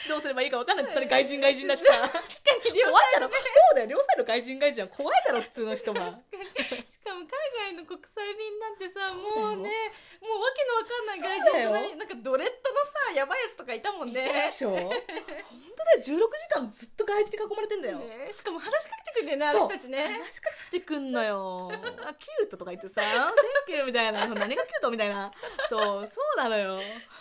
[SPEAKER 2] どうすればいいか分かんない本当に外人外人だしさ確かに怖いだろそうだよ両サイド外人外人は怖いだろ普通の人は
[SPEAKER 1] 確かにしかも海外の国際便なんてさ
[SPEAKER 2] そうだよ
[SPEAKER 1] もうねもうわけのわかんない
[SPEAKER 2] そうだ
[SPEAKER 1] 外人
[SPEAKER 2] よ
[SPEAKER 1] とななんかドレッドのさやばいやつとかいたもんね
[SPEAKER 2] でしょ本当だよ16時間ずっと外人に囲まれてんだよ、
[SPEAKER 1] ねしかも話しかけてくるんだよね
[SPEAKER 2] そう
[SPEAKER 1] あの人たちね
[SPEAKER 2] 話しかけてくんのよあキュートとか言ってさ「Thank you」みたいな何がキュートみたいなそうそうなのよ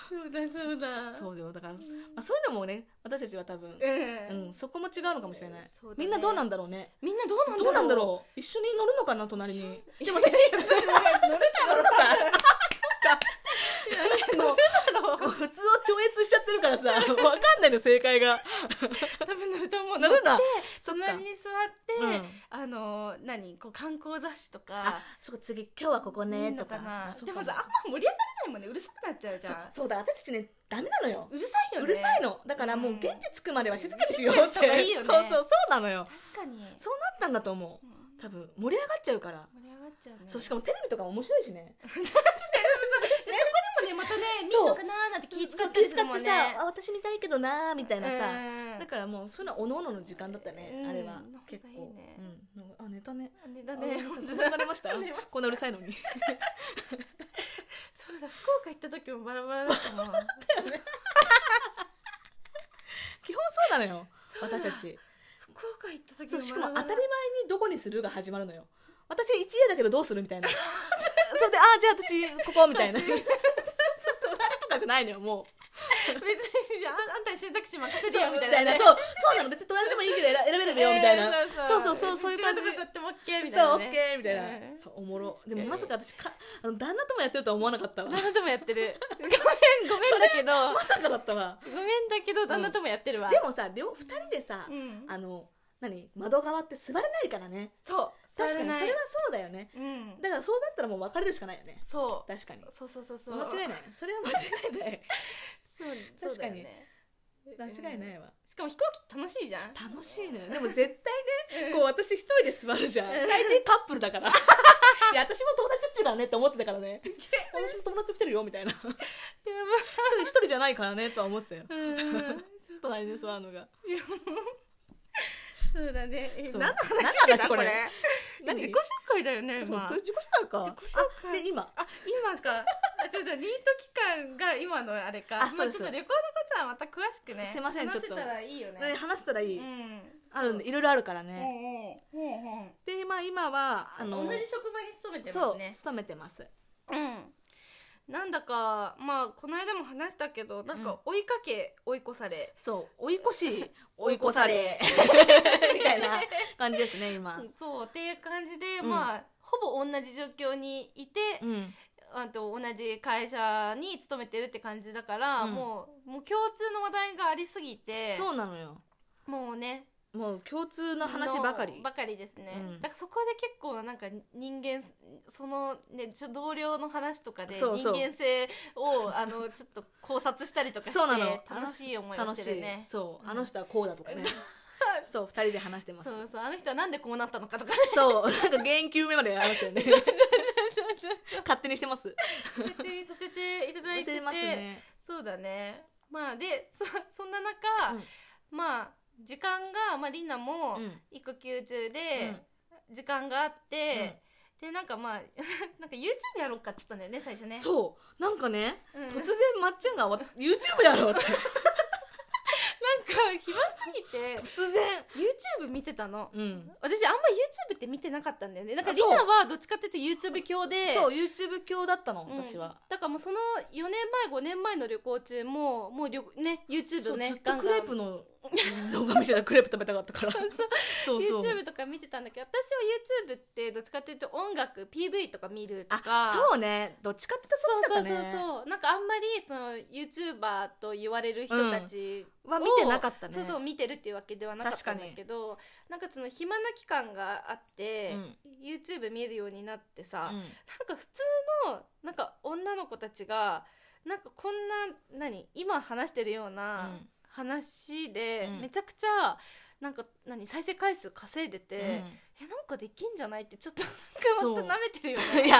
[SPEAKER 1] そうだそうだ
[SPEAKER 2] そうだよだから、まあ、そういうのもね私たちは多分、う
[SPEAKER 1] うん
[SPEAKER 2] ん、そこも違うのかもしれない、
[SPEAKER 1] そうだね
[SPEAKER 2] みんなどうなんだろうね
[SPEAKER 1] みんなどうなんだろう
[SPEAKER 2] どうなんだろう一緒に乗るのか
[SPEAKER 1] [LAUGHS]
[SPEAKER 2] な隣に
[SPEAKER 1] う
[SPEAKER 2] でも乗れた乗れ [LAUGHS] た乗れた普通を超越しちゃってるからさ分かんないの正解が
[SPEAKER 1] 多分なると思う
[SPEAKER 2] なるんだ
[SPEAKER 1] そんなに座って、
[SPEAKER 2] うん
[SPEAKER 1] あの何こう観光雑誌と
[SPEAKER 2] あ
[SPEAKER 1] か
[SPEAKER 2] そうか次今日はここ
[SPEAKER 1] いい
[SPEAKER 2] ね
[SPEAKER 1] の
[SPEAKER 2] と
[SPEAKER 1] か
[SPEAKER 2] か
[SPEAKER 1] な
[SPEAKER 2] あそう
[SPEAKER 1] で
[SPEAKER 2] か
[SPEAKER 1] もさあんま盛り上がらないもんねうるさくなっちゃうじゃ
[SPEAKER 2] そ
[SPEAKER 1] ん
[SPEAKER 2] うそうだ私たちねダメなのよ
[SPEAKER 1] うるさいよね
[SPEAKER 2] うるさいのだからもう現地着くまでは静かにしようって
[SPEAKER 1] 静かにした方がいいよね
[SPEAKER 2] そうそうそうなのよ
[SPEAKER 1] 確かに、
[SPEAKER 2] そうなったんだと思
[SPEAKER 1] う
[SPEAKER 2] うん多分盛り上がっちゃうから
[SPEAKER 1] 盛り上がっちゃうね
[SPEAKER 2] そうしかもテレビとかも面白いしね
[SPEAKER 1] でもねまたね見る
[SPEAKER 2] そう
[SPEAKER 1] のかなーなんて気使ったりするもんね
[SPEAKER 2] 気使ってさあ私見たいけどなーみたいなさ、
[SPEAKER 1] うん
[SPEAKER 2] だからもうそういうのおののの時間だったね、
[SPEAKER 1] うん
[SPEAKER 2] あれは
[SPEAKER 1] なんかいい
[SPEAKER 2] 結
[SPEAKER 1] ね
[SPEAKER 2] 構うんなんかあ寝たね
[SPEAKER 1] ねだね
[SPEAKER 2] あ
[SPEAKER 1] 本当だ
[SPEAKER 2] 疲れました
[SPEAKER 1] 寝ました
[SPEAKER 2] こんなうるさいのに [LAUGHS]
[SPEAKER 1] そうだ福岡行った時もバラバラだった
[SPEAKER 2] [LAUGHS]
[SPEAKER 1] もん
[SPEAKER 2] 基本そうなのよ
[SPEAKER 1] そうだ
[SPEAKER 2] 私たち
[SPEAKER 1] 福岡行った時
[SPEAKER 2] そう
[SPEAKER 1] も
[SPEAKER 2] し
[SPEAKER 1] バ
[SPEAKER 2] かも
[SPEAKER 1] ラ
[SPEAKER 2] 当
[SPEAKER 1] バラ
[SPEAKER 2] たり前にどこにするが始まるのよ私 1A だけどどうする
[SPEAKER 1] [LAUGHS]
[SPEAKER 2] みたいなそれであじゃあ私ここみたいな
[SPEAKER 1] そ
[SPEAKER 2] [LAUGHS] そうう
[SPEAKER 1] そ
[SPEAKER 2] そううとかじゃないのよもう
[SPEAKER 1] 別にああんたに選択肢任せ
[SPEAKER 2] そ
[SPEAKER 1] るよ
[SPEAKER 2] う
[SPEAKER 1] み
[SPEAKER 2] み
[SPEAKER 1] たい
[SPEAKER 2] た
[SPEAKER 1] ない
[SPEAKER 2] な
[SPEAKER 1] ね
[SPEAKER 2] そうそうなの別に隣でもいいけど選選べればよみたいな、
[SPEAKER 1] えー
[SPEAKER 2] そうそうそうそういう感じ
[SPEAKER 1] うちのとこ座っても OK みたい
[SPEAKER 2] そう
[SPEAKER 1] な、
[SPEAKER 2] オ
[SPEAKER 1] ね。
[SPEAKER 2] ッケーみたいな、
[SPEAKER 1] うん
[SPEAKER 2] そうおもろ
[SPEAKER 1] 確か
[SPEAKER 2] で
[SPEAKER 1] に
[SPEAKER 2] もまさか私かあの旦那ともやってるとは思わなか [LAUGHS] ったわ
[SPEAKER 1] 旦那ともやって [LAUGHS] る。ごめん、ごめんだけど、
[SPEAKER 2] まさかだったわ
[SPEAKER 1] ごめんだけど、旦那ともやってるわ。
[SPEAKER 2] [LAUGHS] でもさ両二人でさ、
[SPEAKER 1] うん、
[SPEAKER 2] あの何窓側って座れないからね
[SPEAKER 1] そう、
[SPEAKER 2] 確か
[SPEAKER 1] 座
[SPEAKER 2] に
[SPEAKER 1] ない
[SPEAKER 2] それはそうだよね
[SPEAKER 1] うん、
[SPEAKER 2] だからそうだったらもう別れるしかないよね
[SPEAKER 1] そ
[SPEAKER 2] 確かに
[SPEAKER 1] う、そうそうそうそう。
[SPEAKER 2] [LAUGHS] 間違い
[SPEAKER 1] い。
[SPEAKER 2] ないそれは間違いない
[SPEAKER 1] そう、
[SPEAKER 2] 確
[SPEAKER 1] そうだ
[SPEAKER 2] かに
[SPEAKER 1] よね
[SPEAKER 2] 間違いないわ、
[SPEAKER 1] しかも飛行機楽しいじゃん
[SPEAKER 2] 楽しいのよでも絶対ねこう私一人で座るじゃん
[SPEAKER 1] うん
[SPEAKER 2] 大抵カップルだから [LAUGHS] いや私も友達来てるからねって思ってたからね私も友達来てるよみたいな [LAUGHS] 一人じゃないからねとは思ってたよ
[SPEAKER 1] うん
[SPEAKER 2] 隣に座るのが
[SPEAKER 1] そうだねえ
[SPEAKER 2] そう
[SPEAKER 1] 何の話してた
[SPEAKER 2] 何の話こ
[SPEAKER 1] こ
[SPEAKER 2] れ
[SPEAKER 1] れ
[SPEAKER 2] 何
[SPEAKER 1] 自己紹介だよね今
[SPEAKER 2] そう自己紹介か
[SPEAKER 1] あ
[SPEAKER 2] で今
[SPEAKER 1] あ今かあちょっとニート期間が今のあれか
[SPEAKER 2] あそうです
[SPEAKER 1] まあ、ちょっと旅行のことはまた詳しくね
[SPEAKER 2] すいませんちょっ
[SPEAKER 1] 話
[SPEAKER 2] と
[SPEAKER 1] せたらいいよね
[SPEAKER 2] ね話したらいい、
[SPEAKER 1] うん
[SPEAKER 2] あるんでいろいろあるから
[SPEAKER 1] う
[SPEAKER 2] ね、
[SPEAKER 1] んうんうんうん
[SPEAKER 2] でまあ今はあの
[SPEAKER 1] 同じ職場に勤めてま
[SPEAKER 2] そ
[SPEAKER 1] す
[SPEAKER 2] う
[SPEAKER 1] ね
[SPEAKER 2] 勤めてます
[SPEAKER 1] うんなんだかまあこの間も話したけどなん
[SPEAKER 2] うん
[SPEAKER 1] か追いかけ追い越され、
[SPEAKER 2] そう追い越
[SPEAKER 1] [LAUGHS]
[SPEAKER 2] し
[SPEAKER 1] 追い越され
[SPEAKER 2] [LAUGHS] みたいな感じですね今
[SPEAKER 1] そうっていう感じで、
[SPEAKER 2] うん
[SPEAKER 1] まあほぼ同じ状況にいて、
[SPEAKER 2] うん
[SPEAKER 1] あと同じ会社に勤めてるって感じだから、
[SPEAKER 2] うん
[SPEAKER 1] もうもう共通の話題がありすぎて
[SPEAKER 2] そうなのよ
[SPEAKER 1] もうね
[SPEAKER 2] もう共通の話ばかり
[SPEAKER 1] のばかりですね、
[SPEAKER 2] うん
[SPEAKER 1] だからそこで結構なんか人間そのねちょ同僚の話とかで人
[SPEAKER 2] そうそう
[SPEAKER 1] 間性をあのちょっと考察したりとかして
[SPEAKER 2] そうなの
[SPEAKER 1] 楽しい思いを
[SPEAKER 2] 楽
[SPEAKER 1] し
[SPEAKER 2] して
[SPEAKER 1] る
[SPEAKER 2] い
[SPEAKER 1] ね
[SPEAKER 2] そう
[SPEAKER 1] うん
[SPEAKER 2] あの人はこうだとか
[SPEAKER 1] [LAUGHS]
[SPEAKER 2] ねそう二人で話してます
[SPEAKER 1] そうそうあの人はなんでこうなったのかとか
[SPEAKER 2] そうなんか原球目まで話し
[SPEAKER 1] [LAUGHS]
[SPEAKER 2] てね
[SPEAKER 1] そうそうそう
[SPEAKER 2] 勝手にしてます
[SPEAKER 1] 設定させていただいてて
[SPEAKER 2] てますね
[SPEAKER 1] そうだねまあでそそんな中、まあ時間が、まあ、リナも
[SPEAKER 2] うん
[SPEAKER 1] 育休中で時間があって、でなんかまあ [LAUGHS] なんか YouTube やろうかっつったんだよね最初ね
[SPEAKER 2] そうなんかね
[SPEAKER 1] うん、なん
[SPEAKER 2] 突
[SPEAKER 1] か
[SPEAKER 2] 然まっちゃんがわ YouTube やろうって
[SPEAKER 1] [LAUGHS] 暇すぎて
[SPEAKER 2] 突然
[SPEAKER 1] YouTube 見てたの
[SPEAKER 2] うん
[SPEAKER 1] 私あんま YouTube って見てなかったんだよねなんか
[SPEAKER 2] あ
[SPEAKER 1] リ
[SPEAKER 2] そう
[SPEAKER 1] ナはどっちかっていうと YouTube 教で
[SPEAKER 2] そう YouTube 教だったの
[SPEAKER 1] うん
[SPEAKER 2] 私は
[SPEAKER 1] だからもうその4年前5年前の旅行中ももう旅ね YouTube
[SPEAKER 2] そ
[SPEAKER 1] を
[SPEAKER 2] う
[SPEAKER 1] ね
[SPEAKER 2] ずっとクレープ
[SPEAKER 1] の
[SPEAKER 2] の動画見てたクレープ食べたかったからそうそう
[SPEAKER 1] YouTube とか見てたんだけど私は YouTube ってどっちかっていうと音楽 PV とか見るとか
[SPEAKER 2] あそうねどっちかって言った
[SPEAKER 1] そ
[SPEAKER 2] らそうっち
[SPEAKER 1] そう
[SPEAKER 2] だ
[SPEAKER 1] そ
[SPEAKER 2] っ
[SPEAKER 1] うそ
[SPEAKER 2] たね
[SPEAKER 1] うなんかあんまりその YouTuber と言われる人たち
[SPEAKER 2] は見てなかったね
[SPEAKER 1] そうそう見てるっていうわけではなかったんだけどなんかその暇な期間があって、
[SPEAKER 2] うん
[SPEAKER 1] YouTube 見るようになってさ、
[SPEAKER 2] う
[SPEAKER 1] なんんか普通のなんか女の子たちがなんかこんな何今話してるような
[SPEAKER 2] うん
[SPEAKER 1] 話で、
[SPEAKER 2] うん
[SPEAKER 1] めちゃくちゃなんか何再生回数稼いでて、
[SPEAKER 2] うん
[SPEAKER 1] えなんかできんじゃないってちょっと
[SPEAKER 2] そ
[SPEAKER 1] なん
[SPEAKER 2] う
[SPEAKER 1] かまた舐めてるよね。
[SPEAKER 2] [LAUGHS] いや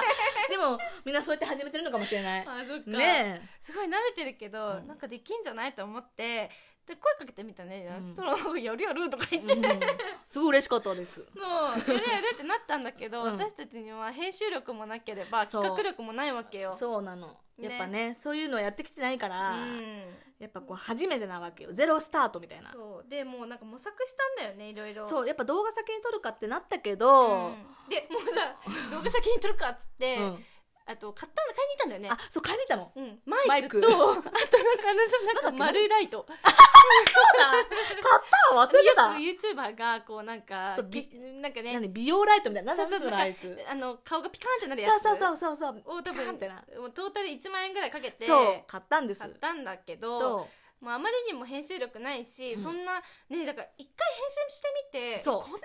[SPEAKER 2] でもみんなそうやって始めてるのかもしれない
[SPEAKER 1] あそっか
[SPEAKER 2] ね
[SPEAKER 1] すごい舐めてるけど、
[SPEAKER 2] うん
[SPEAKER 1] なんかできんじゃないと思ってで声かけてみたね、
[SPEAKER 2] うん
[SPEAKER 1] そしたら「やるやる」とか
[SPEAKER 2] え、
[SPEAKER 1] 言って、
[SPEAKER 2] うん、すごい嬉しかったです
[SPEAKER 1] [LAUGHS] もう「やるやる」ってなったんだけど、
[SPEAKER 2] うん
[SPEAKER 1] 私たちには編集力もなければ
[SPEAKER 2] そう
[SPEAKER 1] 企画力もないわけよ。
[SPEAKER 2] そうなのやっぱねそういうのやってきてないか
[SPEAKER 1] う
[SPEAKER 2] ら、
[SPEAKER 1] ん、
[SPEAKER 2] やっぱこう初めてなわけよゼロスタートみたいなそう
[SPEAKER 1] そうでもうなんか模索したんだよねいろいろ。う
[SPEAKER 2] やっぱ動画先に撮るかってなったけど、
[SPEAKER 1] んでもう
[SPEAKER 2] [LAUGHS]
[SPEAKER 1] さ動画先に撮るかっつって、
[SPEAKER 2] うん
[SPEAKER 1] あと買ったんだ買いに行ったんだよね
[SPEAKER 2] あ。そう買いに行ったの
[SPEAKER 1] うん、マイクと
[SPEAKER 2] マイク
[SPEAKER 1] あ
[SPEAKER 2] [LAUGHS]
[SPEAKER 1] となんかあのさなんか丸いライト
[SPEAKER 2] 買ったわ忘れてた
[SPEAKER 1] よく YouTuber がこうなんか
[SPEAKER 2] そうび
[SPEAKER 1] けなんかね
[SPEAKER 2] 何美容ライトみたいな
[SPEAKER 1] そう
[SPEAKER 2] 何
[SPEAKER 1] そ
[SPEAKER 2] だ
[SPEAKER 1] う
[SPEAKER 2] っ
[SPEAKER 1] そう
[SPEAKER 2] たあいつ
[SPEAKER 1] あの顔がピカーンってなるや
[SPEAKER 2] そう
[SPEAKER 1] つ
[SPEAKER 2] そうそうそうそう
[SPEAKER 1] を多
[SPEAKER 2] ピカン
[SPEAKER 1] 分
[SPEAKER 2] ってな
[SPEAKER 1] もうトータル1万円ぐらいかけて
[SPEAKER 2] そう買ったんです
[SPEAKER 1] 買ったんだけど
[SPEAKER 2] と
[SPEAKER 1] もうあまりにも編集力ないし、
[SPEAKER 2] うん
[SPEAKER 1] そんなねだから一回編集してみて
[SPEAKER 2] そう
[SPEAKER 1] こんな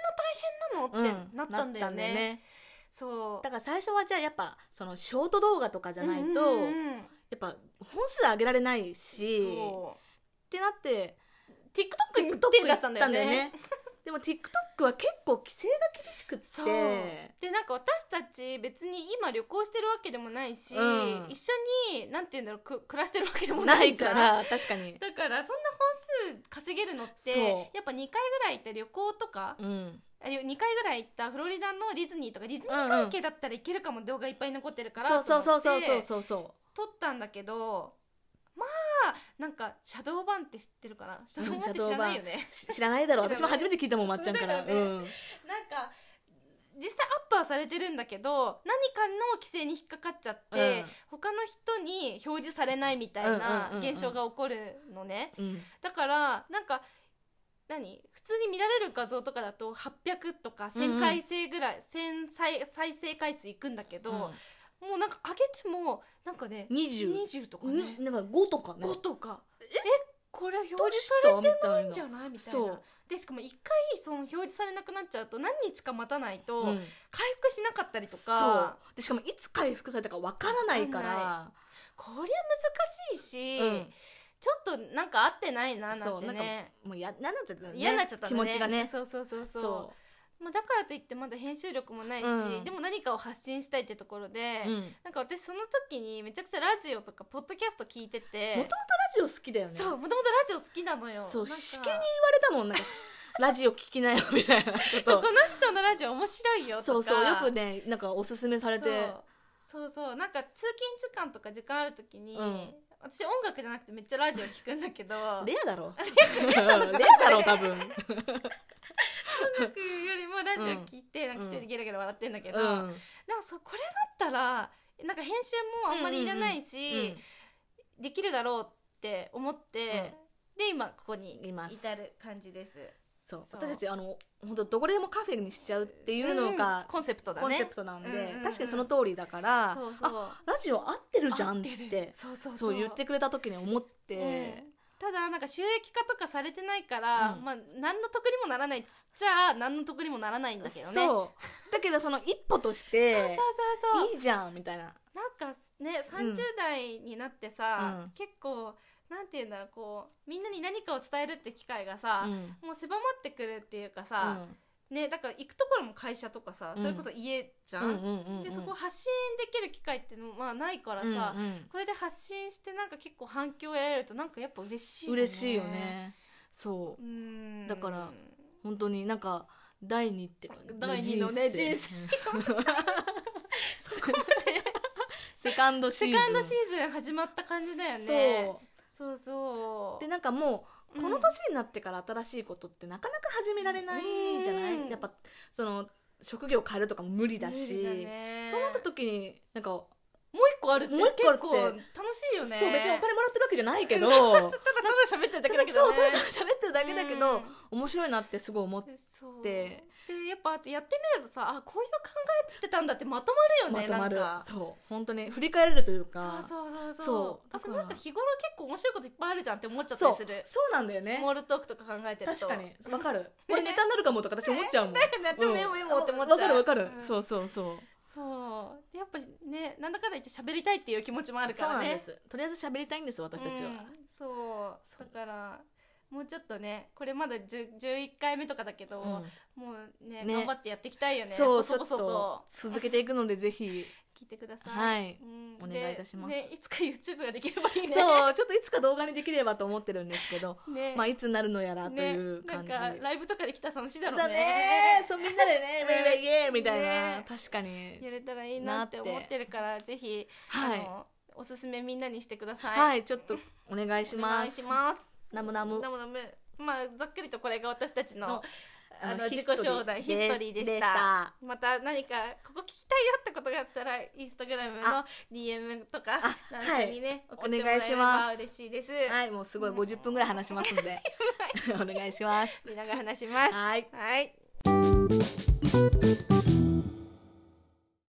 [SPEAKER 1] 大変なのってなったんだよね,、そう
[SPEAKER 2] だから最初はじゃあやっぱそのショート動画とかじゃない
[SPEAKER 1] うん
[SPEAKER 2] と、
[SPEAKER 1] うん
[SPEAKER 2] や
[SPEAKER 1] うん
[SPEAKER 2] っぱ本数上げられないし
[SPEAKER 1] そ
[SPEAKER 2] ってなって
[SPEAKER 1] TikTok に
[SPEAKER 2] TikTok
[SPEAKER 1] 手
[SPEAKER 2] 行
[SPEAKER 1] 出
[SPEAKER 2] っ
[SPEAKER 1] した
[SPEAKER 2] た
[SPEAKER 1] ん
[SPEAKER 2] ん
[SPEAKER 1] だ
[SPEAKER 2] だ
[SPEAKER 1] よ
[SPEAKER 2] よ
[SPEAKER 1] ね
[SPEAKER 2] ねでも TikTok は結構規制が厳しくっ
[SPEAKER 1] そう
[SPEAKER 2] て
[SPEAKER 1] でなんか私たち別に今旅行してるわけでもないし、
[SPEAKER 2] うん
[SPEAKER 1] 一緒になんて言うんだろうく暮らしてるわけでもな
[SPEAKER 2] ないい
[SPEAKER 1] じ
[SPEAKER 2] か
[SPEAKER 1] ゃん
[SPEAKER 2] ら確かに
[SPEAKER 1] だからそんな本数稼げるのっ
[SPEAKER 2] そう
[SPEAKER 1] てやっぱ2回ぐらい行った旅行とか、
[SPEAKER 2] うん
[SPEAKER 1] あれ2回ぐらい行ったフロリダのディズニーとかディズニー関係だったらいけるかも動画いっぱい残ってるから
[SPEAKER 2] そうそうそう
[SPEAKER 1] と
[SPEAKER 2] そ
[SPEAKER 1] 思
[SPEAKER 2] う
[SPEAKER 1] って
[SPEAKER 2] そうそうそ
[SPEAKER 1] 撮ったんだけどまあなんかシャドーバンって知ってるかなシャドーバンって知らない
[SPEAKER 2] うん
[SPEAKER 1] よね
[SPEAKER 2] うし知らないだろう
[SPEAKER 1] 知らない
[SPEAKER 2] 私も初めて聞いたもんまっちゃんから
[SPEAKER 1] そうだよねなんか実際アップはされてるんだけど何かの規制に引っかかっちゃって、他の人に表示されないみたいな
[SPEAKER 2] うんうんうんうん
[SPEAKER 1] 現象が起こるのね、
[SPEAKER 2] うんうん
[SPEAKER 1] だからなんか何普通に見られる画像とかだと800とか
[SPEAKER 2] うんう
[SPEAKER 1] 1000
[SPEAKER 2] ん
[SPEAKER 1] 回生ぐらい、1000再再生回数いくんだけど、もうなんか上げてもなんかね
[SPEAKER 2] 20
[SPEAKER 1] 20とか
[SPEAKER 2] うん
[SPEAKER 1] ね
[SPEAKER 2] になんか5とかね
[SPEAKER 1] 5とかえこれ表
[SPEAKER 2] どう
[SPEAKER 1] 示
[SPEAKER 2] し
[SPEAKER 1] さ
[SPEAKER 2] たみた
[SPEAKER 1] れる
[SPEAKER 2] い
[SPEAKER 1] んじ
[SPEAKER 2] な
[SPEAKER 1] ゃないみたい
[SPEAKER 2] そ
[SPEAKER 1] な
[SPEAKER 2] う
[SPEAKER 1] でしかも一回その表示されなくなっちゃうと何日か待たないと
[SPEAKER 2] う
[SPEAKER 1] 回
[SPEAKER 2] ん
[SPEAKER 1] 復しなかったりと
[SPEAKER 2] そう
[SPEAKER 1] か、
[SPEAKER 2] でしかもいつ回復されたかわからないから
[SPEAKER 1] こりゃ難しいし、
[SPEAKER 2] うん
[SPEAKER 1] ちょっとなんか合ってないなな
[SPEAKER 2] そ
[SPEAKER 1] ん
[SPEAKER 2] う
[SPEAKER 1] て
[SPEAKER 2] なんか
[SPEAKER 1] ね
[SPEAKER 2] もうやなんだっちゃったね
[SPEAKER 1] 嫌になっちゃった
[SPEAKER 2] 気持ちがね
[SPEAKER 1] そうそうそうそう
[SPEAKER 2] そ
[SPEAKER 1] まあ、だからといってまだ編集力もないし、
[SPEAKER 2] うん
[SPEAKER 1] でも何かを発信したいってところで、
[SPEAKER 2] う、うん、も
[SPEAKER 1] なんか私その時にめちゃくちゃラジオとかポッドキャスト聞いてて
[SPEAKER 2] ともとラジオ好きだよね
[SPEAKER 1] そうもともとラジオ好きなのよ
[SPEAKER 2] そう
[SPEAKER 1] なんか
[SPEAKER 2] しけに言われた
[SPEAKER 1] [LAUGHS]
[SPEAKER 2] もんなんかラジオ聞きなよみたいなこ
[SPEAKER 1] そう
[SPEAKER 2] と
[SPEAKER 1] この人のラジオ面白いよとか
[SPEAKER 2] そうそうよくねなんかおすすめされて
[SPEAKER 1] そうそうそうなんか通勤時間とか時間ある時に、
[SPEAKER 2] うん
[SPEAKER 1] 私音楽じゃなくてめっちゃラジオ聞くんだけど音
[SPEAKER 2] [LAUGHS] レアだ
[SPEAKER 1] [LAUGHS]
[SPEAKER 2] ろレアだろ多分
[SPEAKER 1] 楽よりもラジオ聞いて、なんか一人でゲラゲラ笑ってんだけど、なんかそうこれだったらなんか編集もあんまりいらないし、できるだろうって思って、で今ここに
[SPEAKER 2] います
[SPEAKER 1] 至る感じです
[SPEAKER 2] そう
[SPEAKER 1] そう
[SPEAKER 2] 私たちあの本当どこでもカフェにしちゃうっていうの
[SPEAKER 1] うん
[SPEAKER 2] が
[SPEAKER 1] コンセプトだね
[SPEAKER 2] コンセプトなんで、
[SPEAKER 1] うんうんうん
[SPEAKER 2] 確かにその通りだから
[SPEAKER 1] そうそう
[SPEAKER 2] あラジオ合ってるじゃんっ
[SPEAKER 1] 合
[SPEAKER 2] て
[SPEAKER 1] るそうそう
[SPEAKER 2] そう言ってくれた時に思
[SPEAKER 1] うん
[SPEAKER 2] って、
[SPEAKER 1] ただなんか収益化とかされてないから、
[SPEAKER 2] うん
[SPEAKER 1] まあ何の得にもならないっちゃ何の得にもならないんだけどねそう
[SPEAKER 2] そうだけどその一歩として
[SPEAKER 1] そうそうそう
[SPEAKER 2] いいじゃんみたいな
[SPEAKER 1] なんかね
[SPEAKER 2] うん
[SPEAKER 1] 30代になってさ、
[SPEAKER 2] うん
[SPEAKER 1] 結構なんていうんだろうこうみんなに何かを伝えるって機会がさ、
[SPEAKER 2] うん
[SPEAKER 1] もう狭まってくるっていうかさ、ねだから行くところも会社とかさ、
[SPEAKER 2] うん
[SPEAKER 1] それこそ家じゃん、
[SPEAKER 2] うんうんうんうん
[SPEAKER 1] でそこ発信できる機会ってのまあないからさ、
[SPEAKER 2] うんうん
[SPEAKER 1] これで発信してなんか結構反響を得られるとなんかやっぱ嬉しいよね
[SPEAKER 2] 嬉しいよねそううんだから本当になんか第二って
[SPEAKER 1] 第二のね人生
[SPEAKER 2] そこまでセカンドシ
[SPEAKER 1] セ
[SPEAKER 2] ーズン
[SPEAKER 1] カンドシーズン始まった感じだよねそうそうそう
[SPEAKER 2] そうでなんかもうこの
[SPEAKER 1] 時
[SPEAKER 2] 年になってから新しいことってなかなか始められないじゃない、
[SPEAKER 1] うん
[SPEAKER 2] やっぱその職業変えるとかも無理だしそうなった時になんか、
[SPEAKER 1] もう一個あるって
[SPEAKER 2] もう一個あるっ
[SPEAKER 1] 結構
[SPEAKER 2] て
[SPEAKER 1] 楽しいよ
[SPEAKER 2] そう別
[SPEAKER 1] ね
[SPEAKER 2] にお金もらってるわけじゃないけど
[SPEAKER 1] そうただただ喋ってるだけだけ
[SPEAKER 2] そ
[SPEAKER 1] ど
[SPEAKER 2] う
[SPEAKER 1] ね
[SPEAKER 2] ただ喋ってるだけだけど、
[SPEAKER 1] うん
[SPEAKER 2] 面白いなってすごい思って
[SPEAKER 1] そう
[SPEAKER 2] で
[SPEAKER 1] でやっぱあとやってみるとさあこういう考えてたんだってまとまるよね
[SPEAKER 2] まとまる
[SPEAKER 1] なんか
[SPEAKER 2] そう本当に振り返れるというか
[SPEAKER 1] そうそうそう
[SPEAKER 2] そ
[SPEAKER 1] そうう
[SPEAKER 2] だ
[SPEAKER 1] あ
[SPEAKER 2] か
[SPEAKER 1] と
[SPEAKER 2] ら
[SPEAKER 1] なんか日頃結構面白いこといっぱいあるじゃんって思っちゃった
[SPEAKER 2] そう
[SPEAKER 1] りする
[SPEAKER 2] そうなんだよ
[SPEAKER 1] ス
[SPEAKER 2] ね
[SPEAKER 1] モールトークとか考えてると
[SPEAKER 2] 確か
[SPEAKER 1] [LAUGHS]
[SPEAKER 2] にわかるこれネタになるかもとか私思っちゃうもん
[SPEAKER 1] ね [LAUGHS] ちょメモメモって思っちゃう
[SPEAKER 2] わかるわかる、
[SPEAKER 1] うん
[SPEAKER 2] そうそうそう
[SPEAKER 1] そうでやっぱねなんだかんだ言って喋りたいっていう気持ちもある
[SPEAKER 2] そ
[SPEAKER 1] か
[SPEAKER 2] う
[SPEAKER 1] ら
[SPEAKER 2] なんで
[SPEAKER 1] ね
[SPEAKER 2] すとりあえず喋りたいんです私たちは、
[SPEAKER 1] うんそうだからもうちょっとねこれまだ10 11回目とかだけど、
[SPEAKER 2] うん
[SPEAKER 1] もうね
[SPEAKER 2] ね
[SPEAKER 1] 頑張ってやっていきたいよね
[SPEAKER 2] そうちょ
[SPEAKER 1] 細
[SPEAKER 2] っ
[SPEAKER 1] 々と
[SPEAKER 2] と続けていくのでぜひ
[SPEAKER 1] 聞いてください、
[SPEAKER 2] はい
[SPEAKER 1] うん
[SPEAKER 2] お願いいたします
[SPEAKER 1] でね、いつか YouTube ができればい [LAUGHS] いね
[SPEAKER 2] そうちょっといつか動画にできればと思ってるんですけど、
[SPEAKER 1] うね
[SPEAKER 2] まあいつになるのやらという感じ、
[SPEAKER 1] ね、なんかライブとかできたら楽しいだろうね
[SPEAKER 2] だねそうみんなでね「
[SPEAKER 1] うん
[SPEAKER 2] ウェイウェイイエーイ!」みたいな、
[SPEAKER 1] ね
[SPEAKER 2] 確かに
[SPEAKER 1] やれたらいいなって
[SPEAKER 2] なって
[SPEAKER 1] 思ってるからぜひ、
[SPEAKER 2] は
[SPEAKER 1] あ
[SPEAKER 2] い
[SPEAKER 1] のおすすめみんなにしてください、
[SPEAKER 2] はいちょっとお願いし
[SPEAKER 1] お
[SPEAKER 2] ま
[SPEAKER 1] 願
[SPEAKER 2] す
[SPEAKER 1] いします
[SPEAKER 2] ナムナム
[SPEAKER 1] ナムナムまあざっくりとこれが私たち
[SPEAKER 2] の
[SPEAKER 1] のあの
[SPEAKER 2] ヒ
[SPEAKER 1] 自
[SPEAKER 2] ス
[SPEAKER 1] 己
[SPEAKER 2] トリー
[SPEAKER 1] 紹介ヒストリーでした
[SPEAKER 2] た
[SPEAKER 1] また何かここ聞きたいよってことがあったらインスタグラムの
[SPEAKER 2] あ
[SPEAKER 1] DM と
[SPEAKER 2] あ
[SPEAKER 1] かなんかにね、
[SPEAKER 2] はい
[SPEAKER 1] 送ってもらえれ
[SPEAKER 2] お願
[SPEAKER 1] ば
[SPEAKER 2] いします
[SPEAKER 1] 嬉しいです、
[SPEAKER 2] はい、もうすごい50分ぐらい話しますんで、 [LAUGHS] お願いします。
[SPEAKER 1] みんなが話します
[SPEAKER 2] はい。
[SPEAKER 1] はい